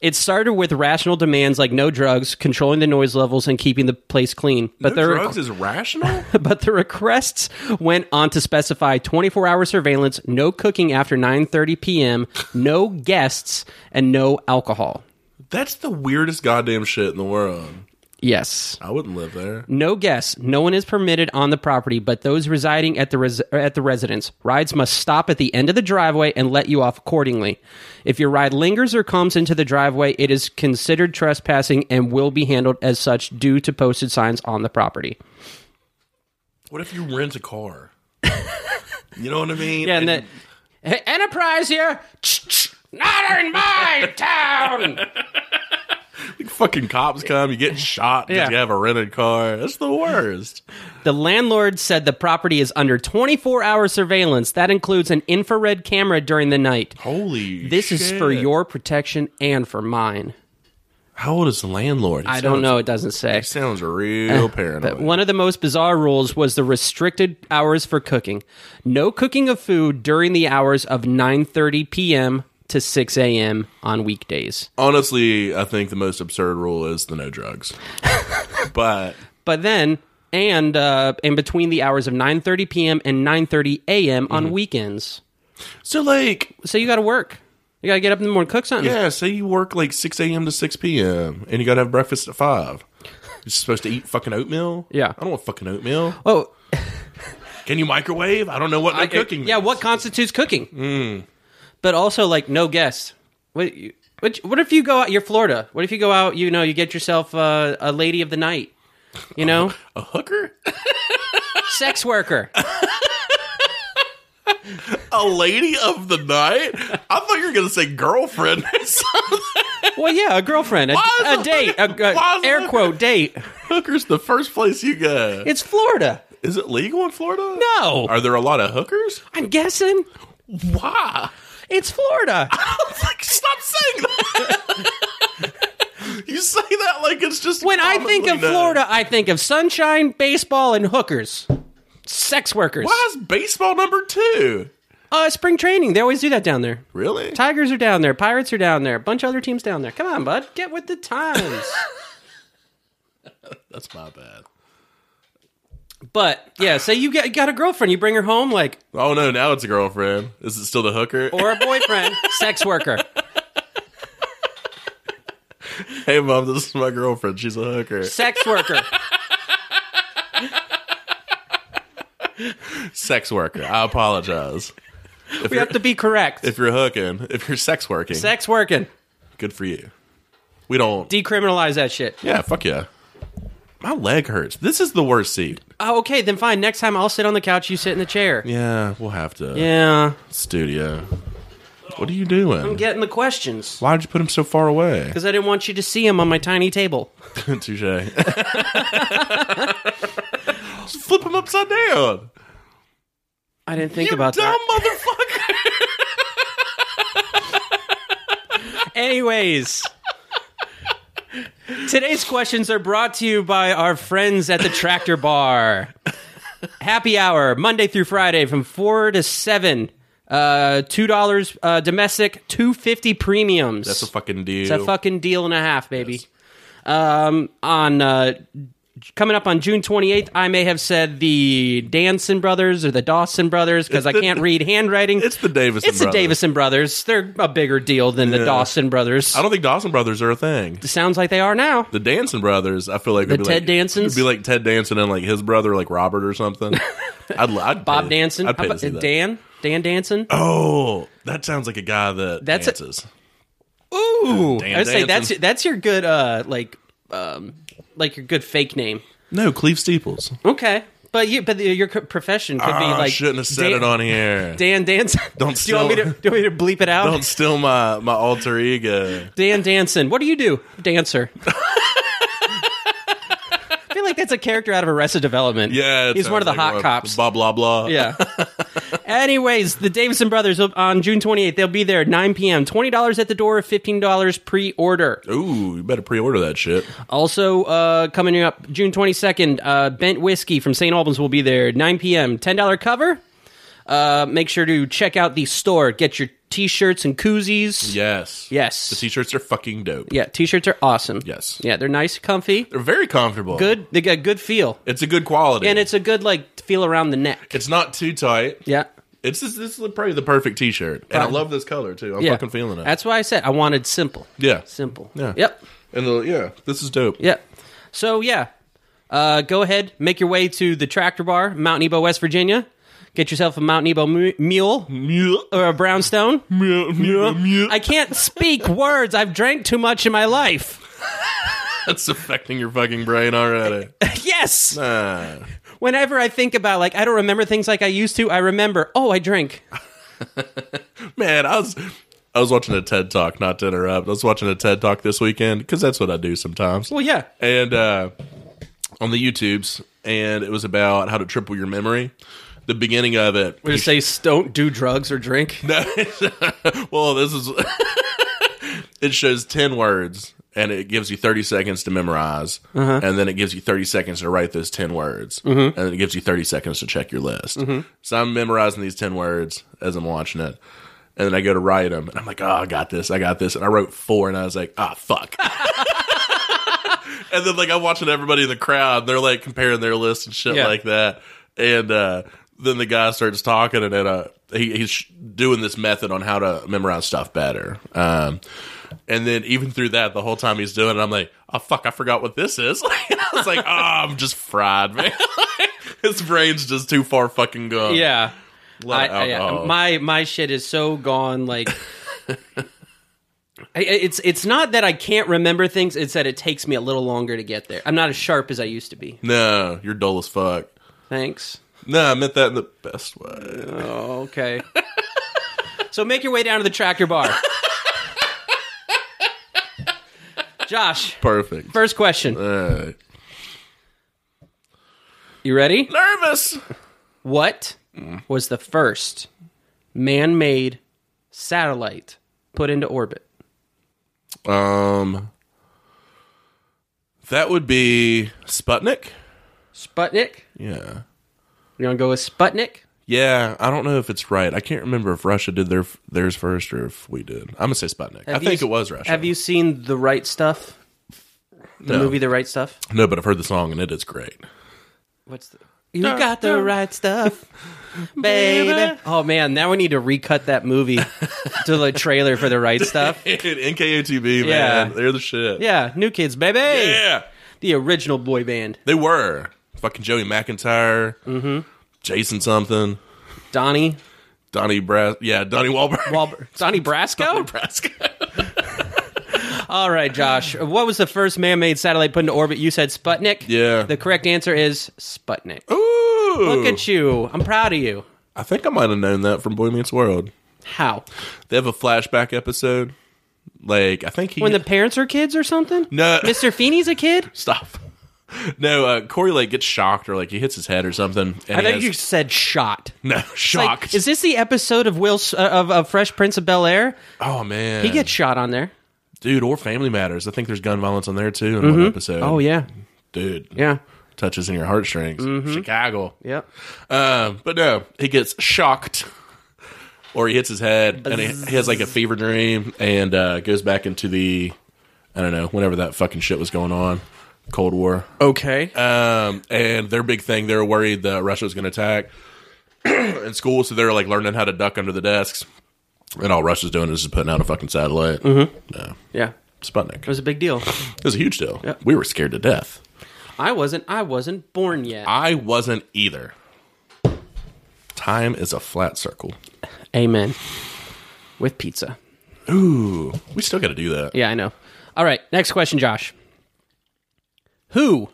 [SPEAKER 1] It started with rational demands like no drugs, controlling the noise levels, and keeping the place clean.
[SPEAKER 2] No
[SPEAKER 1] But there were
[SPEAKER 2] drugs is rational?
[SPEAKER 1] but the requests went on to specify 24-hour surveillance, no cooking after 9:30 p.m., no guests, and no alcohol.
[SPEAKER 2] That's the weirdest goddamn shit in the world.
[SPEAKER 1] Yes.
[SPEAKER 2] I wouldn't live there.
[SPEAKER 1] No guests. No one is permitted on the property, but those residing at the res- at the residence. Rides must stop at the end of the driveway and let you off accordingly. If your ride lingers or comes into the driveway, it is considered trespassing and will be handled as such due to posted signs on the property.
[SPEAKER 2] What if you rent a car? you know what I mean?
[SPEAKER 1] Yeah, and, the Hey, Enterprise here. Not in my town.
[SPEAKER 2] fucking cops come, you get shot because
[SPEAKER 1] Yeah.
[SPEAKER 2] you have a rented car. That's the worst.
[SPEAKER 1] The landlord said the property is under 24-hour surveillance. That includes an infrared camera during the night.
[SPEAKER 2] Holy
[SPEAKER 1] This is for
[SPEAKER 2] shit.
[SPEAKER 1] your protection and for mine.
[SPEAKER 2] How old is the landlord? He
[SPEAKER 1] I don't
[SPEAKER 2] sounds-
[SPEAKER 1] know. It doesn't say.
[SPEAKER 2] He sounds real paranoid.
[SPEAKER 1] But one of the most bizarre rules was the restricted hours for cooking. No cooking of food during the hours of 9:30 p.m. to 6 a.m. on weekdays.
[SPEAKER 2] Honestly, I think the most absurd rule is the no drugs. but
[SPEAKER 1] But then and uh, in between the hours of 9:30 p.m. and 9:30 a.m. on weekends.
[SPEAKER 2] so like
[SPEAKER 1] So you got to work. You got to get up in the morning, cook something.
[SPEAKER 2] yeah, say you work like six AM to six PM and you gotta have breakfast at five. You're supposed to eat fucking oatmeal?
[SPEAKER 1] Yeah.
[SPEAKER 2] I don't want fucking oatmeal.
[SPEAKER 1] Oh,
[SPEAKER 2] Can you microwave? I don't know what no
[SPEAKER 1] I-
[SPEAKER 2] cooking
[SPEAKER 1] Yeah,
[SPEAKER 2] means. Mm.
[SPEAKER 1] what constitutes cooking? But also, like, no guests. What, you- what, what if you go out? You're Florida. What if you go out? You know, you get yourself uh, a lady of the night. You know,
[SPEAKER 2] a hooker?
[SPEAKER 1] sex worker.
[SPEAKER 2] a lady of the night? I thought you were gonna say girlfriend or something.
[SPEAKER 1] Well, yeah, a girlfriend, a,
[SPEAKER 2] Why is
[SPEAKER 1] a
[SPEAKER 2] it-
[SPEAKER 1] date, a, a-
[SPEAKER 2] why is it-
[SPEAKER 1] air quote date.
[SPEAKER 2] Hooker's the first place you go.
[SPEAKER 1] It's Florida.
[SPEAKER 2] Is it legal in Florida?
[SPEAKER 1] No,
[SPEAKER 2] Are there a lot of hookers?
[SPEAKER 1] I'm guessing
[SPEAKER 2] Why?
[SPEAKER 1] it's Florida.
[SPEAKER 2] Like, Stop saying that. you say that like it's just
[SPEAKER 1] When I think of
[SPEAKER 2] commonly known.
[SPEAKER 1] Florida, I think of sunshine, baseball, and hookers, sex workers.
[SPEAKER 2] Why is baseball number two?
[SPEAKER 1] Uh, spring training. They always do that down there.
[SPEAKER 2] Really?
[SPEAKER 1] Tigers are down there. Pirates are down there. A bunch of other teams down there. Come on, bud. Get with the times.
[SPEAKER 2] That's my bad.
[SPEAKER 1] but yeah, say you get, got a girlfriend, you bring her home like
[SPEAKER 2] Oh no! Now it's a girlfriend. Is it still the hooker?
[SPEAKER 1] or a boyfriend, sex worker.
[SPEAKER 2] hey, mom, this is my girlfriend. She's a hooker.
[SPEAKER 1] Sex worker.
[SPEAKER 2] Sex worker. I apologize. If
[SPEAKER 1] We
[SPEAKER 2] you're,
[SPEAKER 1] have to be correct.
[SPEAKER 2] if you're hooking, if you're sex working,
[SPEAKER 1] Sex working.
[SPEAKER 2] good for you. We don't.
[SPEAKER 1] Decriminalize that shit.
[SPEAKER 2] yeah, fuck yeah. My leg hurts. This is the worst seat.
[SPEAKER 1] Oh, okay, then fine. Next time I'll sit on the couch, you sit in the chair. Yeah.
[SPEAKER 2] Yeah, we'll have to. Studio. What are you doing?
[SPEAKER 1] I'm getting the questions.
[SPEAKER 2] Why did you put him so far away?
[SPEAKER 1] Because I didn't want you to see him on my tiny table.
[SPEAKER 2] Touche. Just flip him upside down.
[SPEAKER 1] I didn't think
[SPEAKER 2] You
[SPEAKER 1] about
[SPEAKER 2] dumb
[SPEAKER 1] that.
[SPEAKER 2] motherfucker.
[SPEAKER 1] Anyways. Today's questions are brought to you by our friends at the Tractor Bar. Happy hour, Monday through Friday from 4 to 7. Uh, $2 uh, domestic, 250 premiums.
[SPEAKER 2] That's a fucking deal.
[SPEAKER 1] It's a fucking deal and a half, baby. Um, on uh, coming up on June 28th, I may have said the Danson brothers or the Dawson brothers because I can't read handwriting.
[SPEAKER 2] it's the Davison
[SPEAKER 1] It's the
[SPEAKER 2] brothers.
[SPEAKER 1] Davison brothers. They're a bigger deal than the Dawson brothers.
[SPEAKER 2] I don't think Dawson brothers are a thing.
[SPEAKER 1] Sounds like they are now.
[SPEAKER 2] The Danson brothers, I feel like the would be
[SPEAKER 1] Ted
[SPEAKER 2] like,
[SPEAKER 1] Dansons?
[SPEAKER 2] would be like Ted Danson and like his brother, like Robert or something. I'd, I'd
[SPEAKER 1] Bob
[SPEAKER 2] pay-
[SPEAKER 1] Danson.
[SPEAKER 2] I'd
[SPEAKER 1] How
[SPEAKER 2] pay to
[SPEAKER 1] about-
[SPEAKER 2] see that.
[SPEAKER 1] Dan? Dan Danson?
[SPEAKER 2] oh, that sounds like a guy that
[SPEAKER 1] That's a-
[SPEAKER 2] dances.
[SPEAKER 1] Ooh.
[SPEAKER 2] Dan
[SPEAKER 1] I would say that's
[SPEAKER 2] Danson.
[SPEAKER 1] that's your good uh like um like your good fake name.
[SPEAKER 2] no, Cleve Steeples.
[SPEAKER 1] Okay. But you but your co- profession could be
[SPEAKER 2] Ah, I
[SPEAKER 1] like
[SPEAKER 2] shouldn't have said
[SPEAKER 1] Dan-
[SPEAKER 2] it on here.
[SPEAKER 1] Dan Danson.
[SPEAKER 2] Don't
[SPEAKER 1] do you want me to
[SPEAKER 2] steal-
[SPEAKER 1] do you want me to bleep it out?
[SPEAKER 2] Don't steal my my alter ego.
[SPEAKER 1] Dan Danson. What do you do? Dancer. I feel like that's a character out of Arrested Development.
[SPEAKER 2] Yeah, it
[SPEAKER 1] he's one of the
[SPEAKER 2] sounds like
[SPEAKER 1] hot cops.
[SPEAKER 2] Blah blah blah.
[SPEAKER 1] yeah. Anyways, the Davison brothers will- on June 28th. They'll be there at 9 p.m. Twenty dollars at the door, fifteen dollars pre-order.
[SPEAKER 2] Ooh, you better pre-order that shit.
[SPEAKER 1] Also, uh, coming up June 22nd, uh, Bent Whiskey from St. Albans will be there, 9 p.m. $10 cover. Uh, make sure to check out the store. Get your t-shirts and koozies.
[SPEAKER 2] Yes.
[SPEAKER 1] Yes.
[SPEAKER 2] The t-shirts are fucking dope.
[SPEAKER 1] yeah, t-shirts are awesome.
[SPEAKER 2] Yes.
[SPEAKER 1] Yeah, they're nice, comfy.
[SPEAKER 2] They're very comfortable.
[SPEAKER 1] good. They got good feel,
[SPEAKER 2] It's a good quality.
[SPEAKER 1] and it's a good like feel around the neck.
[SPEAKER 2] it's not too tight.
[SPEAKER 1] Yeah,
[SPEAKER 2] It's just, this is probably the perfect t-shirt. And I love this color too. I'm
[SPEAKER 1] yeah.
[SPEAKER 2] fucking feeling it.
[SPEAKER 1] That's why I said I wanted simple.
[SPEAKER 2] yeah.
[SPEAKER 1] Simple.
[SPEAKER 2] Yeah.
[SPEAKER 1] Yep.
[SPEAKER 2] And the, yeah, this is dope.
[SPEAKER 1] Yep. So yeah, uh, go ahead, make your way to the Tractor Bar, Mount Nebo, West Virginia. Get yourself a Mount Nebo mu- mule or a brownstone. I can't speak words. I've drank too much in my life.
[SPEAKER 2] That's affecting your fucking brain already.
[SPEAKER 1] Yes.
[SPEAKER 2] Ah.
[SPEAKER 1] Whenever I think about like I don't remember things like I used to, I remember. Oh, I drank.
[SPEAKER 2] Man, I was I was watching a TED talk. Not to interrupt, I was watching a TED talk this weekend because that's what I do sometimes.
[SPEAKER 1] Well, yeah.
[SPEAKER 2] and uh, on the YouTubes, and it was about how to triple your memory. The beginning of it,
[SPEAKER 1] Would you say don't do drugs or drink?
[SPEAKER 2] well, this is it shows ten words, and it gives you thirty seconds to memorize, and then it gives you thirty seconds to write those ten words, and then it gives you thirty seconds to check your list. So I'm memorizing these ten words as I'm watching it. And then I go to write them, and I'm like, "Oh, I got this, I got this." And I wrote four, and I was like, "Ah, fuck." and then like I'm watching everybody in the crowd, and they're like comparing their lists and shit
[SPEAKER 1] Yeah.
[SPEAKER 2] like that. And uh, then the guy starts talking, and then uh, he, he's doing this method on how to memorize stuff better. Um, and then even through that, the whole time he's doing it, I'm like, oh fuck, I forgot what this is. I was like, oh, I'm just fried, man. His brain's just too far fucking gone.
[SPEAKER 1] Yeah.
[SPEAKER 2] Lot of
[SPEAKER 1] I- I- yeah,
[SPEAKER 2] alcohol.
[SPEAKER 1] my my shit is so gone. Like, I, I- it's it's not that I can't remember things. It's that it takes me a little longer to get there. I'm not as sharp as I used to be.
[SPEAKER 2] No, you're dull as fuck.
[SPEAKER 1] Thanks.
[SPEAKER 2] No, I meant that in the best way.
[SPEAKER 1] Oh, okay. so make your way down to the tractor bar. Josh,
[SPEAKER 2] Perfect.
[SPEAKER 1] first question.
[SPEAKER 2] All right.
[SPEAKER 1] You ready?
[SPEAKER 2] Nervous.
[SPEAKER 1] What was the first man-made satellite put into orbit?
[SPEAKER 2] Um, that would be Sputnik.
[SPEAKER 1] Sputnik.
[SPEAKER 2] Yeah,
[SPEAKER 1] You want to go with Sputnik?
[SPEAKER 2] yeah. I don't know if it's right. I can't remember if Russia did their theirs first or if we did. I'm gonna say Sputnik. I
[SPEAKER 1] Have
[SPEAKER 2] think
[SPEAKER 1] you-
[SPEAKER 2] it was Russia.
[SPEAKER 1] Have you seen The Right Stuff? The
[SPEAKER 2] No.
[SPEAKER 1] movie The Right Stuff?
[SPEAKER 2] No, but I've heard the song and it is great.
[SPEAKER 1] What's the You got the right stuff, baby.
[SPEAKER 2] Baby.
[SPEAKER 1] Oh man, now we need to recut that movie to the trailer for the right stuff.
[SPEAKER 2] Dude, NKOTB,
[SPEAKER 1] Yeah.
[SPEAKER 2] man. They're the shit.
[SPEAKER 1] Yeah, new kids, baby.
[SPEAKER 2] Yeah.
[SPEAKER 1] The original boy band,
[SPEAKER 2] They were. Fucking Joey McIntyre. Mm-hmm. Jason something.
[SPEAKER 1] Donnie
[SPEAKER 2] Donnie Brass. Yeah, Donnie Wahlberg.
[SPEAKER 1] Wahlberg, Donnie Brasco.
[SPEAKER 2] Nebraska.
[SPEAKER 1] All right, Josh. What was the first man-made satellite put into orbit? You said Sputnik.
[SPEAKER 2] Yeah.
[SPEAKER 1] The correct answer is Sputnik.
[SPEAKER 2] Ooh.
[SPEAKER 1] Look at you. I'm proud of you.
[SPEAKER 2] I think I might have known that from Boy Meets World.
[SPEAKER 1] How?
[SPEAKER 2] They have a flashback episode. Like, I think he.
[SPEAKER 1] When the parents are kids or something?
[SPEAKER 2] no.
[SPEAKER 1] Mr. Feeney's a kid?
[SPEAKER 2] Stop. No, uh, Corey like gets shocked or like he hits his head or something. And
[SPEAKER 1] I
[SPEAKER 2] he
[SPEAKER 1] think you
[SPEAKER 2] has-
[SPEAKER 1] said shot.
[SPEAKER 2] no
[SPEAKER 1] Like,
[SPEAKER 2] shocked.
[SPEAKER 1] is this the episode of Will uh, of, of Fresh Prince of Bel Air?
[SPEAKER 2] oh man,
[SPEAKER 1] He gets shot on there.
[SPEAKER 2] dude or Family Matters. I think there's gun violence on there too in one episode.
[SPEAKER 1] Oh yeah,
[SPEAKER 2] dude,
[SPEAKER 1] yeah, Mm-hmm.
[SPEAKER 2] touches in your heartstrings. Chicago.
[SPEAKER 1] yep.
[SPEAKER 2] Um, but no, he gets shocked or he hits his head and he, he has like a fever dream and uh, goes back into the I don't know whenever that fucking shit was going on, Cold War.
[SPEAKER 1] Okay.
[SPEAKER 2] Um, and their big thing, they're worried that Russia was going to attack in school, so they're like learning how to duck under the desks. And all Russia's doing is just putting out a fucking satellite. Mm-hmm. No,
[SPEAKER 1] yeah,
[SPEAKER 2] Sputnik.
[SPEAKER 1] it was a big deal.
[SPEAKER 2] It was a huge deal. We were scared to death.
[SPEAKER 1] I wasn't. I wasn't born yet.
[SPEAKER 2] I wasn't either. Time is a flat circle.
[SPEAKER 1] Amen. With pizza.
[SPEAKER 2] Ooh, we still got to do that.
[SPEAKER 1] Yeah, I know. All right, next question, Josh. Who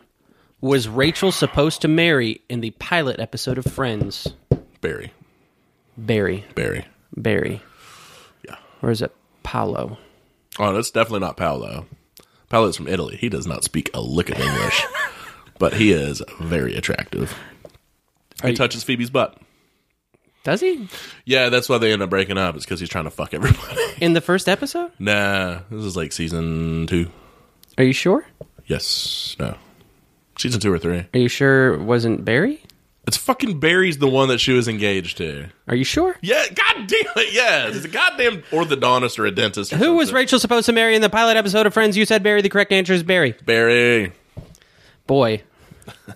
[SPEAKER 1] was Rachel supposed to marry in the pilot episode of Friends?
[SPEAKER 2] Barry,
[SPEAKER 1] Barry.
[SPEAKER 2] Barry.
[SPEAKER 1] Barry.
[SPEAKER 2] Yeah.
[SPEAKER 1] Or is it Paolo?
[SPEAKER 2] Oh, that's definitely not Paolo. Paolo's from Italy. He does not speak a lick of English, but he is very attractive. He
[SPEAKER 1] you-
[SPEAKER 2] touches Phoebe's butt.
[SPEAKER 1] Does he?
[SPEAKER 2] Yeah, that's why they end up breaking up. It's because he's trying to fuck everybody.
[SPEAKER 1] In the first episode?
[SPEAKER 2] nah, this is like season two.
[SPEAKER 1] Are you sure?
[SPEAKER 2] Yes, no, season two or three.
[SPEAKER 1] Are you sure it wasn't Barry?
[SPEAKER 2] It's fucking Barry's the one that she was engaged to.
[SPEAKER 1] Are you sure?
[SPEAKER 2] Yeah, goddamn it. Yeah, it's a goddamn orthodontist or a dentist. Or
[SPEAKER 1] Who was
[SPEAKER 2] something.
[SPEAKER 1] Rachel supposed to marry in the pilot episode of Friends? You said Barry. The correct answer is Barry.
[SPEAKER 2] Barry?
[SPEAKER 1] Boy.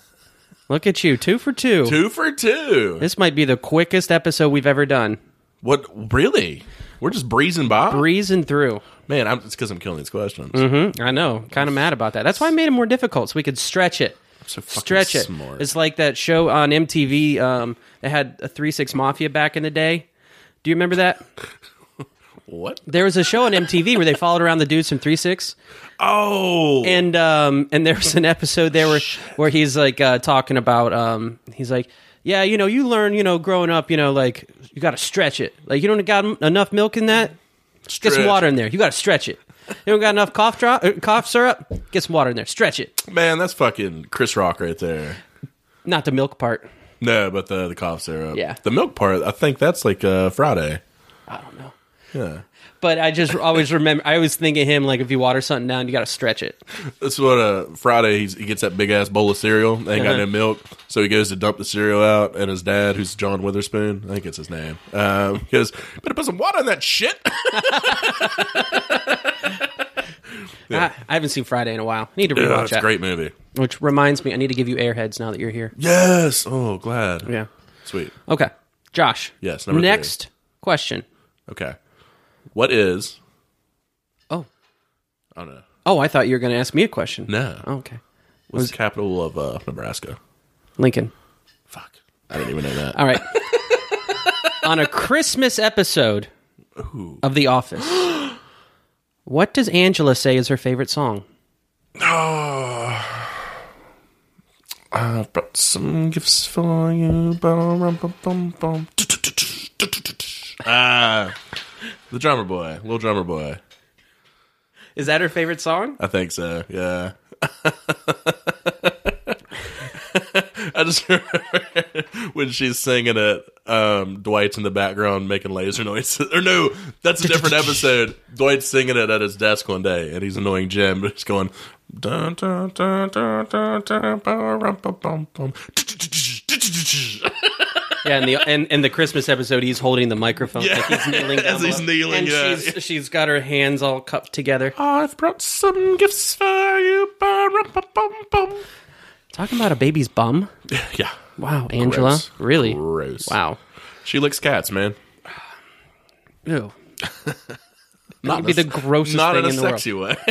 [SPEAKER 1] Look at you. Two for two.
[SPEAKER 2] Two for two.
[SPEAKER 1] This might be the quickest episode we've ever done.
[SPEAKER 2] What? Really? We're just breezing by.
[SPEAKER 1] Breezing through. Hmm,
[SPEAKER 2] Man, I'm, it's because I'm killing these questions.
[SPEAKER 1] I know. Kind of mad about that. That's why I made it more difficult so we could stretch it.
[SPEAKER 2] So fucking
[SPEAKER 1] Stretch it.
[SPEAKER 2] smart.
[SPEAKER 1] It's like that show on MTV um, that had a 3 6 Mafia back in the day. Do you remember that?
[SPEAKER 2] What?
[SPEAKER 1] There was a show on MTV where they followed around the dudes from 3 6.
[SPEAKER 2] Oh,
[SPEAKER 1] and um and there was an episode there where where he's like uh talking about um he's like yeah you know you learn you know growing up you know like you gotta stretch it like you don't got m- enough milk in that get some
[SPEAKER 2] Stretch.
[SPEAKER 1] water in there you gotta stretch it you don't got enough cough drop uh, cough syrup get some water in there stretch it
[SPEAKER 2] man, that's fucking Chris Rock right there.
[SPEAKER 1] not the milk part
[SPEAKER 2] No, but the the cough syrup.
[SPEAKER 1] Yeah.
[SPEAKER 2] the milk part. I think that's like uh, Friday.
[SPEAKER 1] I don't know
[SPEAKER 2] Yeah,
[SPEAKER 1] but I just always remember I always think of him like if you water something down you gotta stretch it
[SPEAKER 2] that's what uh, Friday. He's, he gets that big ass bowl of cereal. They ain't got no milk, so he goes to dump the cereal out. And his dad, who's John Witherspoon, I think it's his name, um, goes, "Better put some water in that shit."
[SPEAKER 1] I, I haven't seen Friday in a while I need to
[SPEAKER 2] Yeah,
[SPEAKER 1] rewatch
[SPEAKER 2] it's
[SPEAKER 1] that
[SPEAKER 2] a great movie.
[SPEAKER 1] which reminds me I need to give you airheads now that you're here
[SPEAKER 2] Yes. Oh, glad.
[SPEAKER 1] yeah
[SPEAKER 2] Sweet.
[SPEAKER 1] okay Josh
[SPEAKER 2] Yes, number three.
[SPEAKER 1] next question
[SPEAKER 2] Okay. What is?
[SPEAKER 1] Oh.
[SPEAKER 2] I don't know.
[SPEAKER 1] Oh, I thought you were going to ask me a question.
[SPEAKER 2] No.
[SPEAKER 1] Oh, okay.
[SPEAKER 2] What's the capital of uh, Nebraska?
[SPEAKER 1] Lincoln.
[SPEAKER 2] Fuck. I didn't even know that.
[SPEAKER 1] All right. On a Christmas episode of The Office, what does Angela say is her favorite song?
[SPEAKER 2] I brought some gifts for you. Bum-rum-bum-bum-bum. Ah, the drummer boy, little drummer boy.
[SPEAKER 1] Is that her favorite song?
[SPEAKER 2] I think so. Yeah. I just remember when she's singing it. Um, Dwight's in the background making laser noises. Or no, that's a different episode. Dwight's singing it at his desk one day, and he's annoying Jim, but he's going. "Dun, dun, dun, dun, dun, dun, ba-rum-ba-bum-bum."
[SPEAKER 1] Yeah, in the in, in the Christmas episode, he's holding the microphone. Yeah. Like he's kneeling down
[SPEAKER 2] As he's
[SPEAKER 1] low.
[SPEAKER 2] kneeling,
[SPEAKER 1] and
[SPEAKER 2] yeah.
[SPEAKER 1] she's, she's got her hands all cupped together.
[SPEAKER 2] I've brought some gifts for you. Ba-rum-ba-bum-bum.
[SPEAKER 1] Talking about a baby's bum?
[SPEAKER 2] Yeah.
[SPEAKER 1] Wow, Angela,
[SPEAKER 2] Gross.
[SPEAKER 1] really?
[SPEAKER 2] Gross.
[SPEAKER 1] Wow.
[SPEAKER 2] She licks cats, man.
[SPEAKER 1] Ew.
[SPEAKER 2] Not
[SPEAKER 1] That'd be
[SPEAKER 2] in a
[SPEAKER 1] the
[SPEAKER 2] s-
[SPEAKER 1] grossest
[SPEAKER 2] not
[SPEAKER 1] thing
[SPEAKER 2] in a
[SPEAKER 1] in the
[SPEAKER 2] sexy way.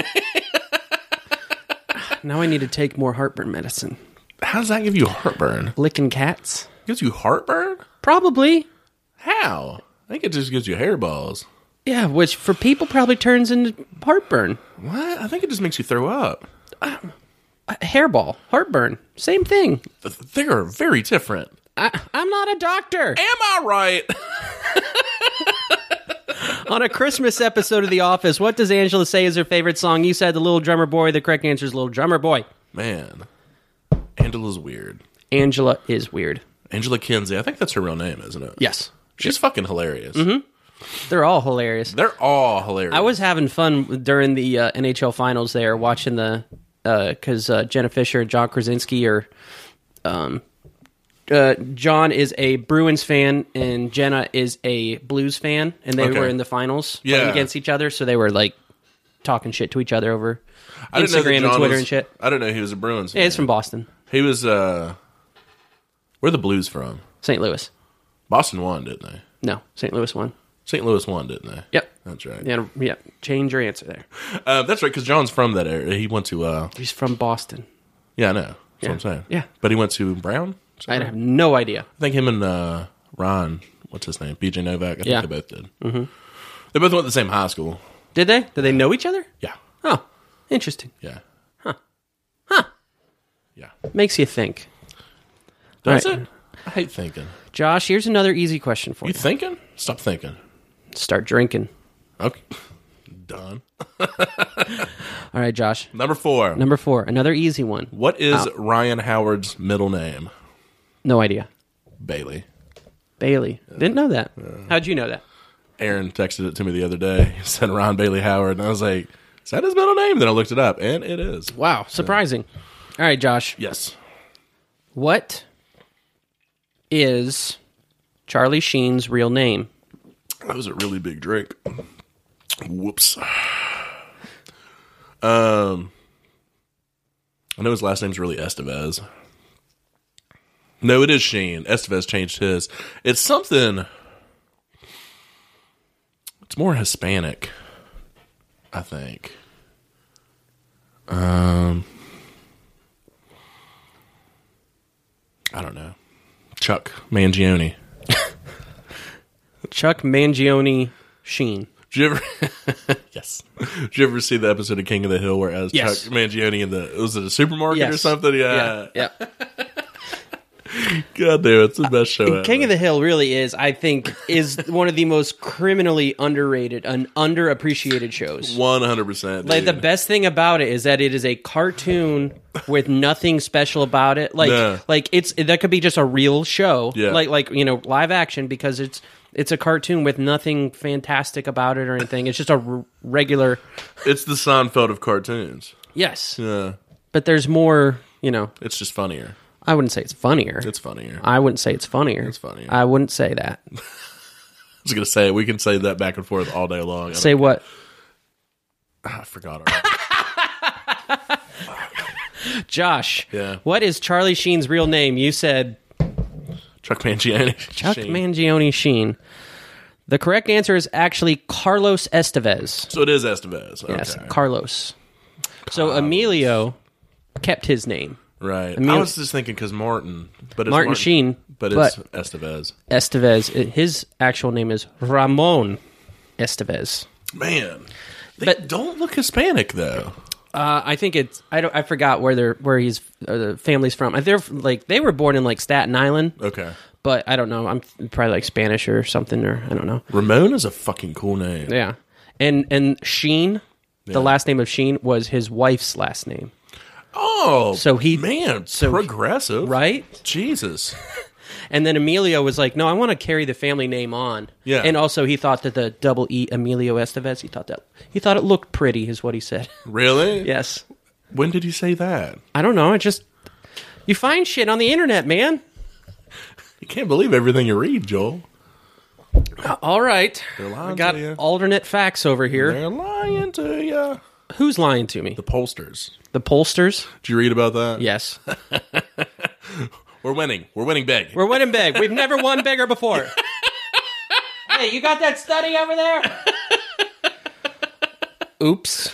[SPEAKER 1] Now I need to take more heartburn medicine.
[SPEAKER 2] How does that give you heartburn?
[SPEAKER 1] Licking cats?
[SPEAKER 2] Gives you heartburn?
[SPEAKER 1] Probably.
[SPEAKER 2] How? I think it just gives you hairballs.
[SPEAKER 1] Yeah, which for people probably turns into heartburn.
[SPEAKER 2] What? I think it just makes you throw up.
[SPEAKER 1] Uh, Hairball, heartburn, same thing.
[SPEAKER 2] Th- They are very different.
[SPEAKER 1] I, I'm not a doctor.
[SPEAKER 2] Am I right?
[SPEAKER 1] On a Christmas episode of The Office, what does Angela say is her favorite song? You said The Little Drummer Boy. The correct answer is Little Drummer Boy.
[SPEAKER 2] Man, Angela's weird.
[SPEAKER 1] Angela is weird.
[SPEAKER 2] Angela Kinsey. I think that's her real name, isn't it?
[SPEAKER 1] Yes.
[SPEAKER 2] She's fucking hilarious.
[SPEAKER 1] They're all hilarious.
[SPEAKER 2] They're all hilarious.
[SPEAKER 1] I was having fun during the uh, NHL finals there watching the because uh, Jenna Fisher and John Krasinski are. Um, uh, John is a Bruins fan and Jenna is a Blues fan, and they
[SPEAKER 2] Okay.
[SPEAKER 1] were in the finals
[SPEAKER 2] Yeah.
[SPEAKER 1] playing against each other, so they were like talking shit to each other over
[SPEAKER 2] I didn't know that
[SPEAKER 1] Instagram and
[SPEAKER 2] John
[SPEAKER 1] Twitter
[SPEAKER 2] was-
[SPEAKER 1] and shit.
[SPEAKER 2] I didn't know he was a Bruins.
[SPEAKER 1] Yeah,
[SPEAKER 2] fan.
[SPEAKER 1] it's from Boston,
[SPEAKER 2] He was. uh Where are the Blues from?
[SPEAKER 1] St. Louis.
[SPEAKER 2] Boston won, didn't they?
[SPEAKER 1] No, St. Louis won.
[SPEAKER 2] St. Louis won, didn't they?
[SPEAKER 1] Yep.
[SPEAKER 2] That's right.
[SPEAKER 1] Yeah, yeah. Change your answer there.
[SPEAKER 2] Uh, that's right, because John's from that area. He went to. uh
[SPEAKER 1] He's from Boston.
[SPEAKER 2] Yeah, I know. That's what I'm
[SPEAKER 1] Yeah.
[SPEAKER 2] saying.
[SPEAKER 1] Yeah.
[SPEAKER 2] But he went to Brown. Is that
[SPEAKER 1] I
[SPEAKER 2] right?
[SPEAKER 1] have no idea.
[SPEAKER 2] I think him and uh, Ron, what's his name, BJ Novak. I think
[SPEAKER 1] Yeah.
[SPEAKER 2] they both did. Mm-hmm. They both went to the same high school.
[SPEAKER 1] Did they? Did they know each other?
[SPEAKER 2] Yeah,
[SPEAKER 1] Oh, interesting.
[SPEAKER 2] yeah, huh, huh, yeah.
[SPEAKER 1] Makes you think.
[SPEAKER 2] That's
[SPEAKER 1] Right.
[SPEAKER 2] it. I hate thinking.
[SPEAKER 1] Josh, here's another easy question for
[SPEAKER 2] You
[SPEAKER 1] you.
[SPEAKER 2] thinking? Stop thinking.
[SPEAKER 1] Start drinking.
[SPEAKER 2] Okay, done.
[SPEAKER 1] All right, Josh.
[SPEAKER 2] Number four.
[SPEAKER 1] Number four, another easy one.
[SPEAKER 2] What is Ryan Howard's middle name?
[SPEAKER 1] No idea.
[SPEAKER 2] Bailey.
[SPEAKER 1] Bailey. Didn't know that.
[SPEAKER 2] Uh.
[SPEAKER 1] How'd you know that?
[SPEAKER 2] Aaron texted it to me the other day. He said Ron Bailey Howard, and I was like, "Is that his middle name?" Then I looked it up, and it is.
[SPEAKER 1] Wow, surprising. All right, Josh.
[SPEAKER 2] Yes.
[SPEAKER 1] What is Charlie Sheen's real name?
[SPEAKER 2] That was a really big drink. Whoops. Um, I know his last name's really Estevez. No, it is Sheen. Estevez changed his. It's something. It's more Hispanic, I think. Um, I don't know. Chuck Mangione.
[SPEAKER 1] Chuck Mangione Sheen.
[SPEAKER 2] Did you ever? yes. Did you ever see the episode of King of the Hill where as
[SPEAKER 1] Yes.
[SPEAKER 2] Chuck Mangione in the was it a supermarket or something? Yeah.
[SPEAKER 1] Yeah. yeah.
[SPEAKER 2] God damn, it's the best show. ever.
[SPEAKER 1] King of the Hill really is, I think, is one of the most criminally underrated and underappreciated shows.
[SPEAKER 2] one hundred percent.
[SPEAKER 1] Like the best thing about it is that it is a cartoon with nothing special about it. Like
[SPEAKER 2] Yeah.
[SPEAKER 1] like it's that could be just a real show.
[SPEAKER 2] Yeah.
[SPEAKER 1] Like like you know live action because it's it's a cartoon with nothing fantastic about it or anything. It's just a r- regular
[SPEAKER 2] It's the Seinfeld of cartoons.
[SPEAKER 1] yes.
[SPEAKER 2] Yeah.
[SPEAKER 1] But there's more. You know,
[SPEAKER 2] It's just funnier.
[SPEAKER 1] I wouldn't say it's funnier.
[SPEAKER 2] It's funnier. I
[SPEAKER 1] I wouldn't say it's funnier. It's
[SPEAKER 2] funnier.
[SPEAKER 1] I wouldn't say that.
[SPEAKER 2] was gonna say we can say that back and forth all day long. I, don't-
[SPEAKER 1] Say what?
[SPEAKER 2] I forgot. Already.
[SPEAKER 1] Josh.
[SPEAKER 2] Yeah.
[SPEAKER 1] What is Charlie Sheen's real name? You said
[SPEAKER 2] Chuck Mangione.
[SPEAKER 1] Chuck
[SPEAKER 2] Sheen.
[SPEAKER 1] Mangione Sheen. The correct answer is actually Carlos Estevez.
[SPEAKER 2] So it is Estevez. Okay.
[SPEAKER 1] Yes, Carlos. So Emilio kept his name.
[SPEAKER 2] right.
[SPEAKER 1] mean-
[SPEAKER 2] I was just thinking because Martin, but it's
[SPEAKER 1] Martin Sheen,
[SPEAKER 2] but it's
[SPEAKER 1] but-
[SPEAKER 2] Estevez.
[SPEAKER 1] Estevez, i- his actual name is Ramon Estevez.
[SPEAKER 2] Man, they
[SPEAKER 1] But-
[SPEAKER 2] don't look Hispanic though.
[SPEAKER 1] Uh, I think it's I don't I forgot where they're where he's uh, the family's from. They're like they were born in like Staten Island,
[SPEAKER 2] Okay.
[SPEAKER 1] but I don't know. I'm probably like Spanish or something or I don't know.
[SPEAKER 2] Ramon is a fucking cool name.
[SPEAKER 1] Yeah. And and Sheen, the last name of Sheen was his wife's last name.
[SPEAKER 2] Oh,
[SPEAKER 1] So he-
[SPEAKER 2] man,
[SPEAKER 1] so he-
[SPEAKER 2] progressive,
[SPEAKER 1] Right?
[SPEAKER 2] Jesus,
[SPEAKER 1] And then Emilio was like, "No, I want to carry the family name on."
[SPEAKER 2] Yeah.
[SPEAKER 1] And also, he thought that the double E Emilio Estevez. He thought that he thought it looked pretty, is what he said.
[SPEAKER 2] really?
[SPEAKER 1] yes.
[SPEAKER 2] When did he say that?
[SPEAKER 1] I don't know. It just you find shit on the internet, man.
[SPEAKER 2] You can't believe everything you read, Joel.
[SPEAKER 1] Uh, All right.
[SPEAKER 2] They're lying
[SPEAKER 1] I got
[SPEAKER 2] to you.
[SPEAKER 1] alternate facts over here.
[SPEAKER 2] They're lying to you.
[SPEAKER 1] Who's lying to me?
[SPEAKER 2] The pollsters.
[SPEAKER 1] The pollsters?
[SPEAKER 2] Did you read about that?
[SPEAKER 1] Yes.
[SPEAKER 2] We're winning. We're winning big.
[SPEAKER 1] We're winning big. We've never won bigger before. hey, you got that study over there? Oops.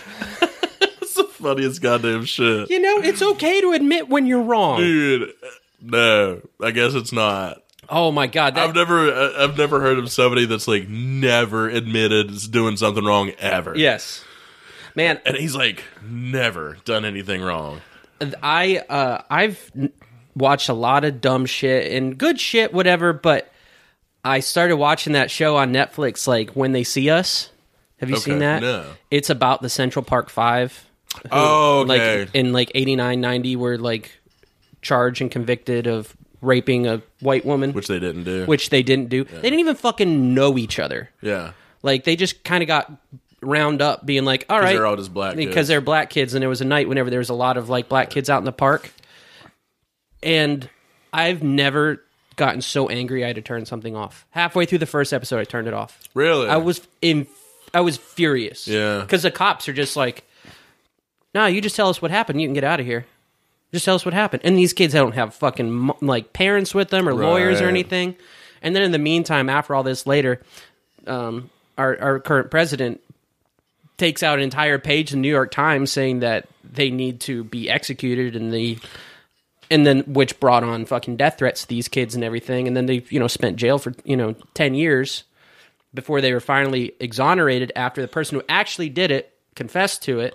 [SPEAKER 2] That's the funniest goddamn shit.
[SPEAKER 1] You know, it's okay to admit when you're wrong.
[SPEAKER 2] Dude, no, I guess it's not.
[SPEAKER 1] Oh my god, that,
[SPEAKER 2] I've never, I- I've never heard of somebody that's like never admitted is doing something wrong ever.
[SPEAKER 1] yes. Man,
[SPEAKER 2] and he's like never done anything wrong.
[SPEAKER 1] I uh, I've n- watched a lot of dumb shit and good shit, whatever. But I started watching that show on Netflix, like When They See Us. Have you seen
[SPEAKER 2] Okay,
[SPEAKER 1] that?
[SPEAKER 2] no.
[SPEAKER 1] It's about the Central Park Five. who,
[SPEAKER 2] Oh, okay.
[SPEAKER 1] Like in like 89, 90 were like charged and convicted of raping a white woman,
[SPEAKER 2] Which they didn't do.
[SPEAKER 1] which they didn't do. They didn't even fucking know each other.
[SPEAKER 2] yeah,
[SPEAKER 1] Like they just kind of got round up, being like, "All right,
[SPEAKER 2] they're all just black
[SPEAKER 1] because
[SPEAKER 2] kids.
[SPEAKER 1] they're black kids." And there was a night whenever there was a lot of like black kids out in the park, and I've never gotten so angry I had to turn something off. Halfway through the first episode, I turned it off.
[SPEAKER 2] really.
[SPEAKER 1] I was in, I was furious.
[SPEAKER 2] Yeah.
[SPEAKER 1] because the cops are just like, "No, you just tell us what happened. You can get out of here." Just tell us what happened. And these kids don't have fucking mo- like parents with them or lawyers or
[SPEAKER 2] Right.
[SPEAKER 1] anything. And then in the meantime, after all this, later, um, our our current president takes out an entire page in the New York Times saying that they need to be executed and the and then which brought on fucking death threats to these kids and everything and then they you know spent jail for you know 10 years before they were finally exonerated after the person who actually did it confessed to it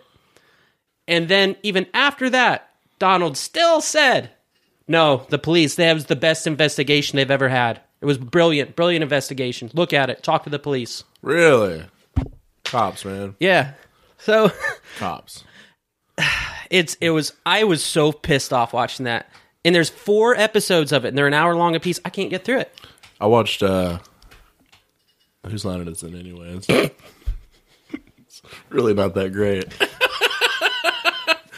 [SPEAKER 1] and then even after that Donald still said no the police that was the best investigation they've ever had it was brilliant brilliant investigation look at it talk to the police
[SPEAKER 2] really cops, man,
[SPEAKER 1] yeah so
[SPEAKER 2] cops.
[SPEAKER 1] it's it was I was so pissed off watching that. And there's four episodes of it, and they're an hour long a piece. I can't get through it.
[SPEAKER 2] I watched uh Whose Line It Is It Anyway. It's, it's really not that great.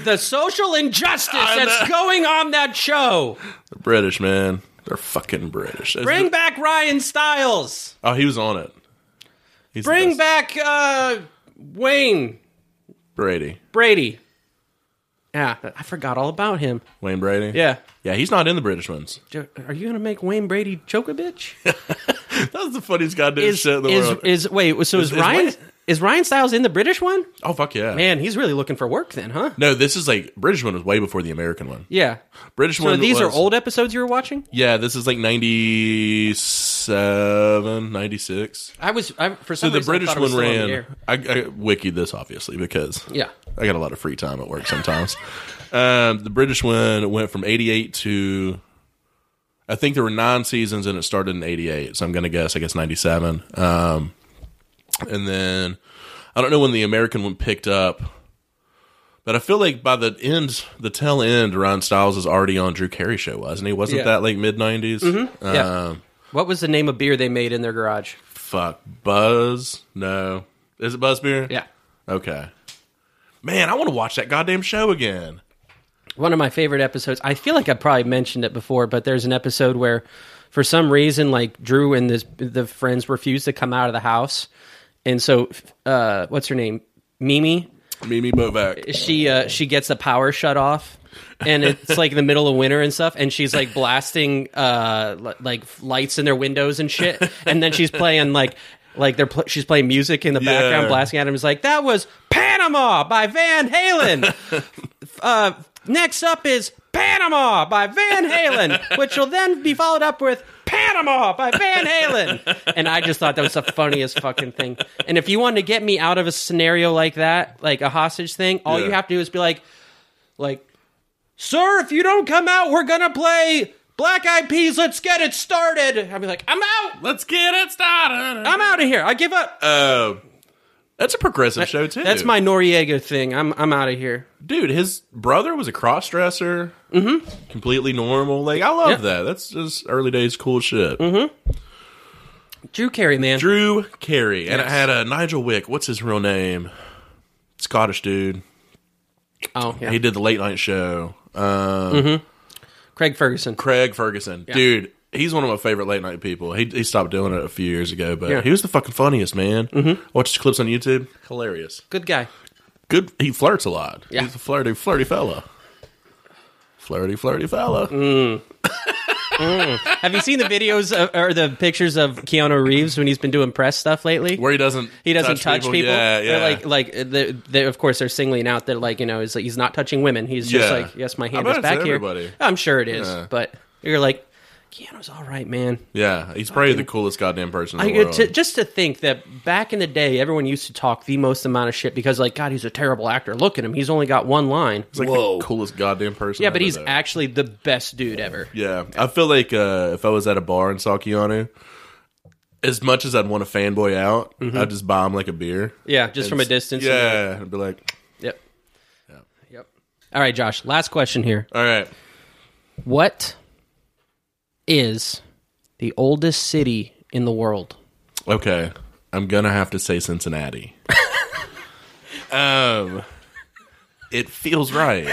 [SPEAKER 1] The social injustice that's going on that show.
[SPEAKER 2] They're British, man. They're fucking British. It's-
[SPEAKER 1] Bring back Ryan Stiles.
[SPEAKER 2] oh, he was on it. He's the
[SPEAKER 1] Bring
[SPEAKER 2] best.
[SPEAKER 1] back uh, Wayne
[SPEAKER 2] Brady.
[SPEAKER 1] Brady. Yeah, I forgot all about him.
[SPEAKER 2] Wayne Brady?
[SPEAKER 1] Yeah.
[SPEAKER 2] Yeah, he's not in the British ones.
[SPEAKER 1] Jo- Are you gonna make Wayne Brady choke a bitch?
[SPEAKER 2] That's the funniest goddamn
[SPEAKER 1] Is
[SPEAKER 2] shit in the
[SPEAKER 1] is,
[SPEAKER 2] world.
[SPEAKER 1] is wait? So is,
[SPEAKER 2] is
[SPEAKER 1] Ryan?
[SPEAKER 2] Wayne-
[SPEAKER 1] Is Ryan Stiles in the British one?
[SPEAKER 2] oh, fuck yeah.
[SPEAKER 1] Man, he's really looking for work then, huh?
[SPEAKER 2] No, this is like British one was way before the American one.
[SPEAKER 1] Yeah.
[SPEAKER 2] British
[SPEAKER 1] So
[SPEAKER 2] one
[SPEAKER 1] these are
[SPEAKER 2] was-
[SPEAKER 1] old episodes you were watching.
[SPEAKER 2] Yeah, this is like 97, 96.
[SPEAKER 1] I was I, for
[SPEAKER 2] So
[SPEAKER 1] some
[SPEAKER 2] the
[SPEAKER 1] reason, I
[SPEAKER 2] British
[SPEAKER 1] thought it was
[SPEAKER 2] one
[SPEAKER 1] still on the
[SPEAKER 2] ran.
[SPEAKER 1] air.
[SPEAKER 2] I, I wikied this obviously because
[SPEAKER 1] Yeah.
[SPEAKER 2] I got a lot of free time at work sometimes. um, the British one went from 88 to, I think there were nine seasons and it started in 88. So I'm going to guess, I guess 97. Um, and then I don't know when the American one picked up, but I feel like by the end, the tail end, Ron Styles is already on Drew Carey show, wasn't he? Wasn't
[SPEAKER 1] Yeah. Mm-hmm.
[SPEAKER 2] that Um, like mid 90s?
[SPEAKER 1] Yeah. What was the name of beer they made in their garage?
[SPEAKER 2] Fuck. Buzz? No. Is it Buzz Beer? Okay. Man, I want to watch that goddamn show again.
[SPEAKER 1] One of my favorite episodes. I feel like I probably mentioned it before, but there's an episode where, for some reason, like Drew and this, the friends refuse to come out of the house, and so uh, what's her name, Mimi?
[SPEAKER 2] Mimi Bovac.
[SPEAKER 1] She uh, she gets the power shut off, and it's like the middle of winter and stuff, and she's like blasting uh, li- like lights in their windows and shit, and then she's playing like. Like they're pl- she's playing music in the
[SPEAKER 2] Yeah.
[SPEAKER 1] background, blasting at him. Is like that was Panama by Van Halen. uh, next up is Panama by Van Halen, which will then be followed up with Panama by Van Halen. And I just thought that was the funniest fucking thing. And if you wanted to get me out of a scenario like that, like a hostage thing, all you
[SPEAKER 2] Yeah.
[SPEAKER 1] have to do is be like, like, sir, if you don't come out, we're gonna play Black Eyed Peas. Let's get it started. I'd be like, I'm out.
[SPEAKER 2] Let's get it started.
[SPEAKER 1] I'm out of here. I give up.
[SPEAKER 2] Uh, that's a progressive show too.
[SPEAKER 1] That's my Noriega thing. I'm I'm out of here.
[SPEAKER 2] dude. His brother was a cross dresser. Mm-hmm. Completely normal. Like I love
[SPEAKER 1] Yep.
[SPEAKER 2] that. That's just early days cool shit.
[SPEAKER 1] Drew Carey, man.
[SPEAKER 2] Drew Carey and I had a Nigel Wick. What's his real name? Scottish dude.
[SPEAKER 1] oh yeah.
[SPEAKER 2] He did the late night show. Um,
[SPEAKER 1] Craig Ferguson.
[SPEAKER 2] Craig Ferguson, dude. He's one of my favorite late night people. He, he stopped doing it a few years ago, but
[SPEAKER 1] Yeah.
[SPEAKER 2] he was the fucking funniest man. Mm-hmm. Watch his clips on YouTube, hilarious.
[SPEAKER 1] Good guy.
[SPEAKER 2] Good. He flirts a lot.
[SPEAKER 1] Yeah. Mm.
[SPEAKER 2] He's a flirty, flirty fella. Flirty, flirty fella.
[SPEAKER 1] Have you seen the videos of, or the pictures of Keanu Reeves when he's been doing press stuff lately?
[SPEAKER 2] Where he doesn't
[SPEAKER 1] he doesn't touch, people.
[SPEAKER 2] Yeah,
[SPEAKER 1] They're
[SPEAKER 2] yeah.
[SPEAKER 1] like, like they they of course they're singling out that like you know he's like, he's not touching women. He's just
[SPEAKER 2] Yeah.
[SPEAKER 1] like yes, my hand
[SPEAKER 2] bet
[SPEAKER 1] is
[SPEAKER 2] it's
[SPEAKER 1] back here.
[SPEAKER 2] everybody.
[SPEAKER 1] I'm sure it is,
[SPEAKER 2] Yeah.
[SPEAKER 1] but you're like Keanu's all right, man.
[SPEAKER 2] yeah, he's probably the coolest goddamn person in
[SPEAKER 1] I,
[SPEAKER 2] the world.
[SPEAKER 1] to, just to think that back in the day, everyone used to talk the most amount of shit because like God, he's a terrible actor. Look at him; he's only got one line.
[SPEAKER 2] he's like
[SPEAKER 3] Whoa.
[SPEAKER 2] the coolest goddamn person.
[SPEAKER 1] yeah, but
[SPEAKER 2] ever,
[SPEAKER 1] he's
[SPEAKER 2] though.
[SPEAKER 1] actually the best dude ever.
[SPEAKER 2] Yeah, I feel like uh, if I was at a bar and saw Keanu, as much as I'd want to fanboy out, I'd just buy him like a beer.
[SPEAKER 1] Yeah, just Mm-hmm. from a distance.
[SPEAKER 2] Yeah, I'd be like,
[SPEAKER 1] Yep. Yep. All right, Josh. Last question here.
[SPEAKER 2] all right,
[SPEAKER 1] What is the oldest city in the world?
[SPEAKER 2] okay, I'm gonna have to say Cincinnati. um, it feels right.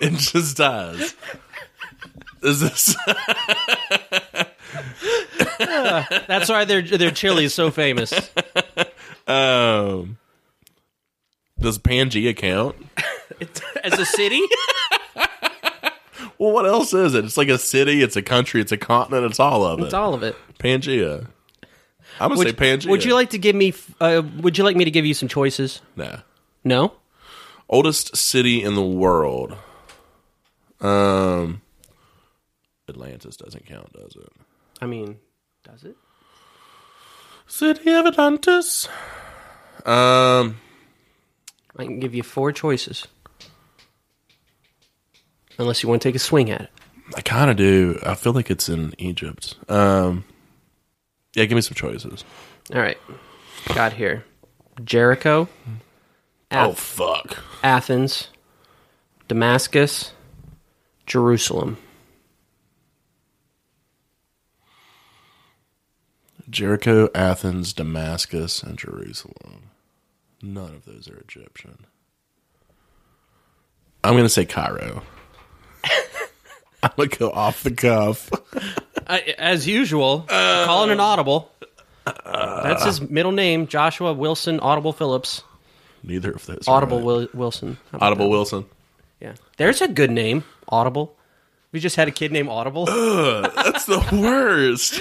[SPEAKER 2] It just does. Is this?
[SPEAKER 1] That's why their their chili is so famous.
[SPEAKER 2] Um, does Pangea count?
[SPEAKER 1] As a city,
[SPEAKER 2] Well, what else is it? It's like a city, it's a country, it's a continent, it's all of it.
[SPEAKER 1] it's all of it.
[SPEAKER 2] Pangea. I'm gonna say
[SPEAKER 1] Would,
[SPEAKER 2] Pangea.
[SPEAKER 1] would you like to give me? Uh, would you like me to give you some choices?
[SPEAKER 2] Nah.
[SPEAKER 1] No.
[SPEAKER 2] Oldest city in the world. Um, Atlantis doesn't count, does it?
[SPEAKER 1] I mean, does it?
[SPEAKER 2] City of Atlantis. Um,
[SPEAKER 1] I can give you four choices, unless you want to take a swing at it.
[SPEAKER 2] I kind of do. I feel like it's in Egypt. Um, yeah, give me some choices.
[SPEAKER 1] All right, got here. Jericho,
[SPEAKER 2] Oh fuck.
[SPEAKER 1] Athens, Damascus, Jerusalem.
[SPEAKER 2] Jericho, Athens, Damascus, and Jerusalem. None of those are Egyptian. I'm going to say Cairo. I'm going to go off the cuff.
[SPEAKER 1] I, as usual, calling an audible. That's his middle name, Joshua Wilson Audible Phillips.
[SPEAKER 2] Neither of those. are
[SPEAKER 1] Audible
[SPEAKER 2] right.
[SPEAKER 1] Wil- Wilson. How about
[SPEAKER 2] Audible Wilson.
[SPEAKER 1] that? Yeah. There's a good name, Audible. We just had a kid named Audible.
[SPEAKER 2] That's the worst.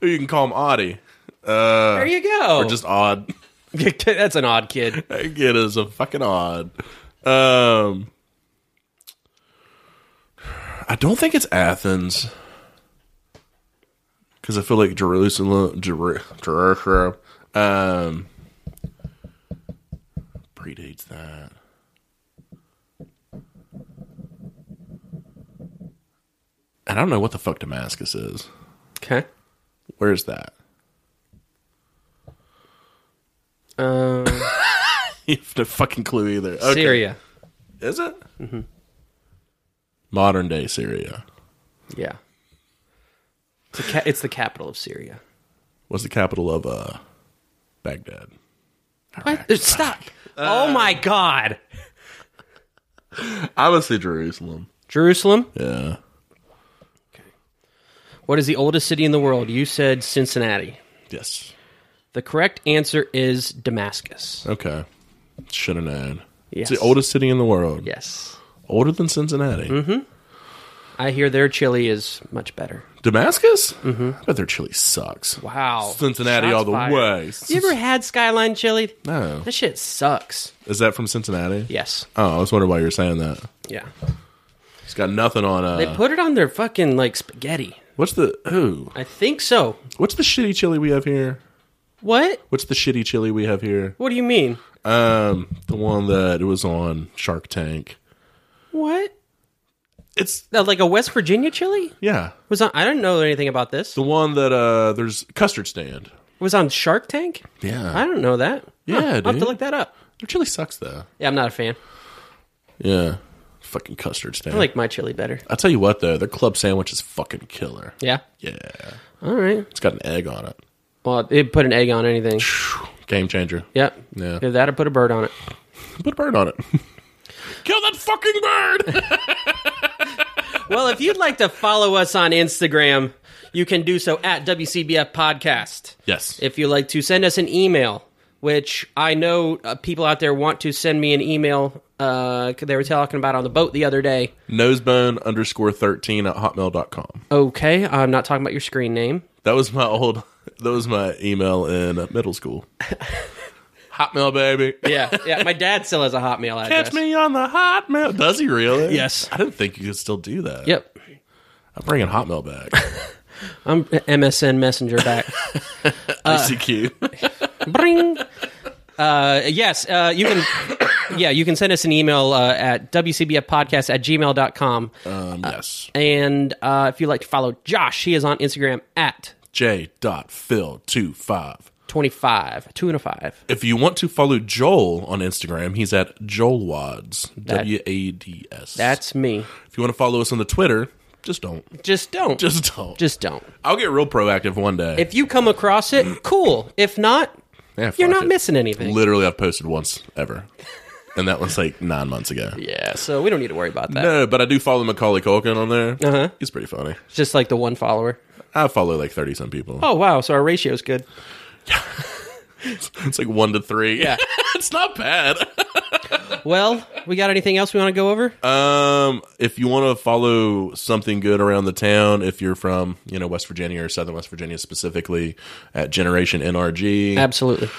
[SPEAKER 2] or you can call him Audie.
[SPEAKER 1] there you go.
[SPEAKER 2] Or just Odd.
[SPEAKER 1] That's an odd kid.
[SPEAKER 2] That kid is a fucking odd. Um, I don't think it's Athens because I feel like Jerusalem, Jeru- Jerusalem, um, predates that. And I don't know what the fuck Damascus is.
[SPEAKER 1] Okay.
[SPEAKER 2] Where is that?
[SPEAKER 1] Um,
[SPEAKER 2] You have no fucking clue either. Okay.
[SPEAKER 1] Syria.
[SPEAKER 2] Is it? Mm-hmm. Modern day Syria.
[SPEAKER 1] Yeah. It's, a ca- it's the capital of Syria.
[SPEAKER 2] What's the capital of uh, Baghdad?
[SPEAKER 1] What? Stop. oh my God.
[SPEAKER 2] I would say Jerusalem.
[SPEAKER 1] Jerusalem.
[SPEAKER 2] Yeah.
[SPEAKER 1] What is the oldest city in the world? You said Cincinnati.
[SPEAKER 2] Yes.
[SPEAKER 1] The correct answer is Damascus.
[SPEAKER 2] Okay. Should have known.
[SPEAKER 1] Yes.
[SPEAKER 2] It's the oldest city in the world.
[SPEAKER 1] Yes.
[SPEAKER 2] Older than Cincinnati.
[SPEAKER 1] Mm-hmm. I hear their chili is much better.
[SPEAKER 2] Damascus? Mm-hmm. I bet their chili sucks.
[SPEAKER 1] Wow.
[SPEAKER 2] Cincinnati
[SPEAKER 1] Shots
[SPEAKER 2] all the
[SPEAKER 1] fired.
[SPEAKER 2] way.
[SPEAKER 1] You ever had Skyline chili?
[SPEAKER 2] No.
[SPEAKER 1] That shit sucks.
[SPEAKER 2] Is that from Cincinnati?
[SPEAKER 1] Yes.
[SPEAKER 2] Oh, I was wondering why you were saying that.
[SPEAKER 1] Yeah.
[SPEAKER 2] It's got nothing on.
[SPEAKER 1] They
[SPEAKER 2] Uh,
[SPEAKER 1] put it on their fucking like spaghetti.
[SPEAKER 2] what's the who?
[SPEAKER 1] I think so.
[SPEAKER 2] What's the shitty chili we have here?
[SPEAKER 1] What?
[SPEAKER 2] What's the shitty chili we have here?
[SPEAKER 1] What do you mean?
[SPEAKER 2] Um, the one that was on Shark Tank.
[SPEAKER 1] What?
[SPEAKER 2] It's
[SPEAKER 1] No, like a West Virginia chili?
[SPEAKER 2] yeah,
[SPEAKER 1] Was on I didn't know anything about this.
[SPEAKER 2] the one that uh, there's custard stand.
[SPEAKER 1] was on Shark Tank?
[SPEAKER 2] Yeah,
[SPEAKER 1] I don't know that.
[SPEAKER 2] Yeah,
[SPEAKER 1] I'll have to
[SPEAKER 2] dude.
[SPEAKER 1] look that up.
[SPEAKER 2] their chili sucks though.
[SPEAKER 1] Yeah, I'm not a fan.
[SPEAKER 2] Yeah, fucking custard stand.
[SPEAKER 1] I like my chili better.
[SPEAKER 2] I'll tell you what though, their club sandwich is fucking killer.
[SPEAKER 1] Yeah.
[SPEAKER 2] Yeah,
[SPEAKER 1] All right.
[SPEAKER 2] it's got an egg on it.
[SPEAKER 1] Well, it put an egg on anything.
[SPEAKER 2] Game changer.
[SPEAKER 1] Yep.
[SPEAKER 2] Yeah.
[SPEAKER 1] Either that or put a bird on it.
[SPEAKER 2] Put a bird on it. Kill that fucking bird.
[SPEAKER 1] Well, if you'd like to follow us on Instagram, you can do so at WCBF Podcast.
[SPEAKER 2] yes.
[SPEAKER 1] If you'd like to send us an email, which I know uh, people out there want to send me an email. Uh, 'cause they were talking about on the boat the other day.
[SPEAKER 2] Nosebone underscore 13 at hotmail.com.
[SPEAKER 1] Okay, I'm not talking about your screen name.
[SPEAKER 2] That was my old, that was my email in uh, middle school. Hotmail, baby.
[SPEAKER 1] Yeah, yeah. My dad still has a Hotmail address.
[SPEAKER 2] Catch me on the Hotmail. Does he really?
[SPEAKER 1] Yes.
[SPEAKER 2] I didn't think you could still do that.
[SPEAKER 1] Yep, Uh,
[SPEAKER 2] I'm bringing Hotmail back.
[SPEAKER 1] I'm MSN Messenger back.
[SPEAKER 2] ICQ.
[SPEAKER 1] Bring. Uh, yes, uh, you can. Yeah, you can send us an email uh, at wcbfpodcast at gmail.com.
[SPEAKER 2] um, yes.
[SPEAKER 1] And uh, if you'd like to follow Josh, he is on Instagram at
[SPEAKER 2] J.Phil25.
[SPEAKER 1] 25, 2 and a 5.
[SPEAKER 2] If you want to follow Joel on Instagram, he's at Joelwads.
[SPEAKER 1] That-
[SPEAKER 2] W A D S.
[SPEAKER 1] That's me.
[SPEAKER 2] If you want to follow us on the Twitter, just don't.
[SPEAKER 1] Just don't. Just,
[SPEAKER 2] Just don't.
[SPEAKER 1] don't.
[SPEAKER 2] I'll get real proactive one day.
[SPEAKER 1] If you come across it, cool. If not,
[SPEAKER 2] Yeah,
[SPEAKER 1] you're
[SPEAKER 2] fuck
[SPEAKER 1] not
[SPEAKER 2] it.
[SPEAKER 1] missing anything.
[SPEAKER 2] Literally, I've posted once ever, and that was like nine months ago.
[SPEAKER 1] yeah, so we don't need to worry about that.
[SPEAKER 2] No, but I do follow Macaulay Culkin on there. Uh-huh. He's pretty funny.
[SPEAKER 1] Just like the one follower.
[SPEAKER 2] I follow like thirty some people.
[SPEAKER 1] Oh, wow. So our ratio's good.
[SPEAKER 2] It's like one to three.
[SPEAKER 1] Yeah.
[SPEAKER 2] it's not bad.
[SPEAKER 1] Well, we got anything else we want to go over?
[SPEAKER 2] Um, if you want to follow something good around the town, if you're from you know West Virginia or Southern West Virginia specifically, at Generation NRG,
[SPEAKER 1] Absolutely.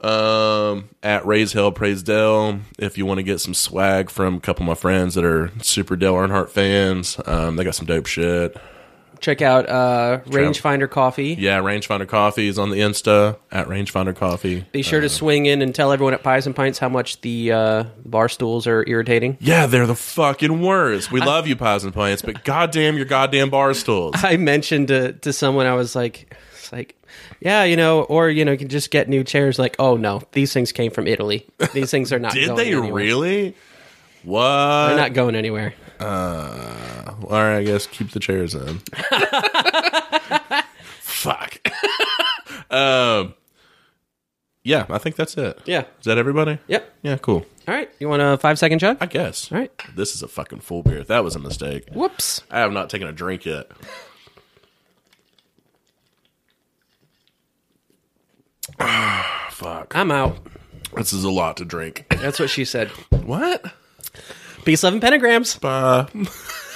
[SPEAKER 2] um, at Raise Hell Praise Dell. If you want to get some swag from a couple of my friends that are super Dell Earnhardt fans, um, they got some dope shit.
[SPEAKER 1] Check out uh, Rangefinder Coffee.
[SPEAKER 2] Yeah, Rangefinder Coffee is on the Insta at Rangefinder Coffee.
[SPEAKER 1] Be sure to swing in and tell everyone at Pies and Pints how much the uh, bar stools are irritating.
[SPEAKER 2] Yeah, they're the fucking worst. We love you, pies and plants, but goddamn your goddamn bar stools.
[SPEAKER 1] I mentioned to, to someone, I was like, it's like, yeah, you know, or you know, you can just get new chairs. Like, oh no, these things came from Italy. These things are not.
[SPEAKER 2] Did
[SPEAKER 1] going
[SPEAKER 2] they
[SPEAKER 1] anywhere.
[SPEAKER 2] really? What?
[SPEAKER 1] They're not going anywhere.
[SPEAKER 2] All right, I guess keep the chairs in. Fuck. um, yeah, I think that's it.
[SPEAKER 1] Yeah.
[SPEAKER 2] Is that everybody?
[SPEAKER 1] Yep.
[SPEAKER 2] Yeah, cool.
[SPEAKER 1] All right. You want a five second chug?
[SPEAKER 2] I guess.
[SPEAKER 1] All right.
[SPEAKER 2] This is a fucking full beer. That was a mistake.
[SPEAKER 1] Whoops.
[SPEAKER 2] I have not taken a drink yet. Fuck.
[SPEAKER 1] I'm out.
[SPEAKER 2] This is a lot to drink.
[SPEAKER 1] That's what she said.
[SPEAKER 2] What?
[SPEAKER 1] Peace, love, and pentagrams.
[SPEAKER 2] Bye.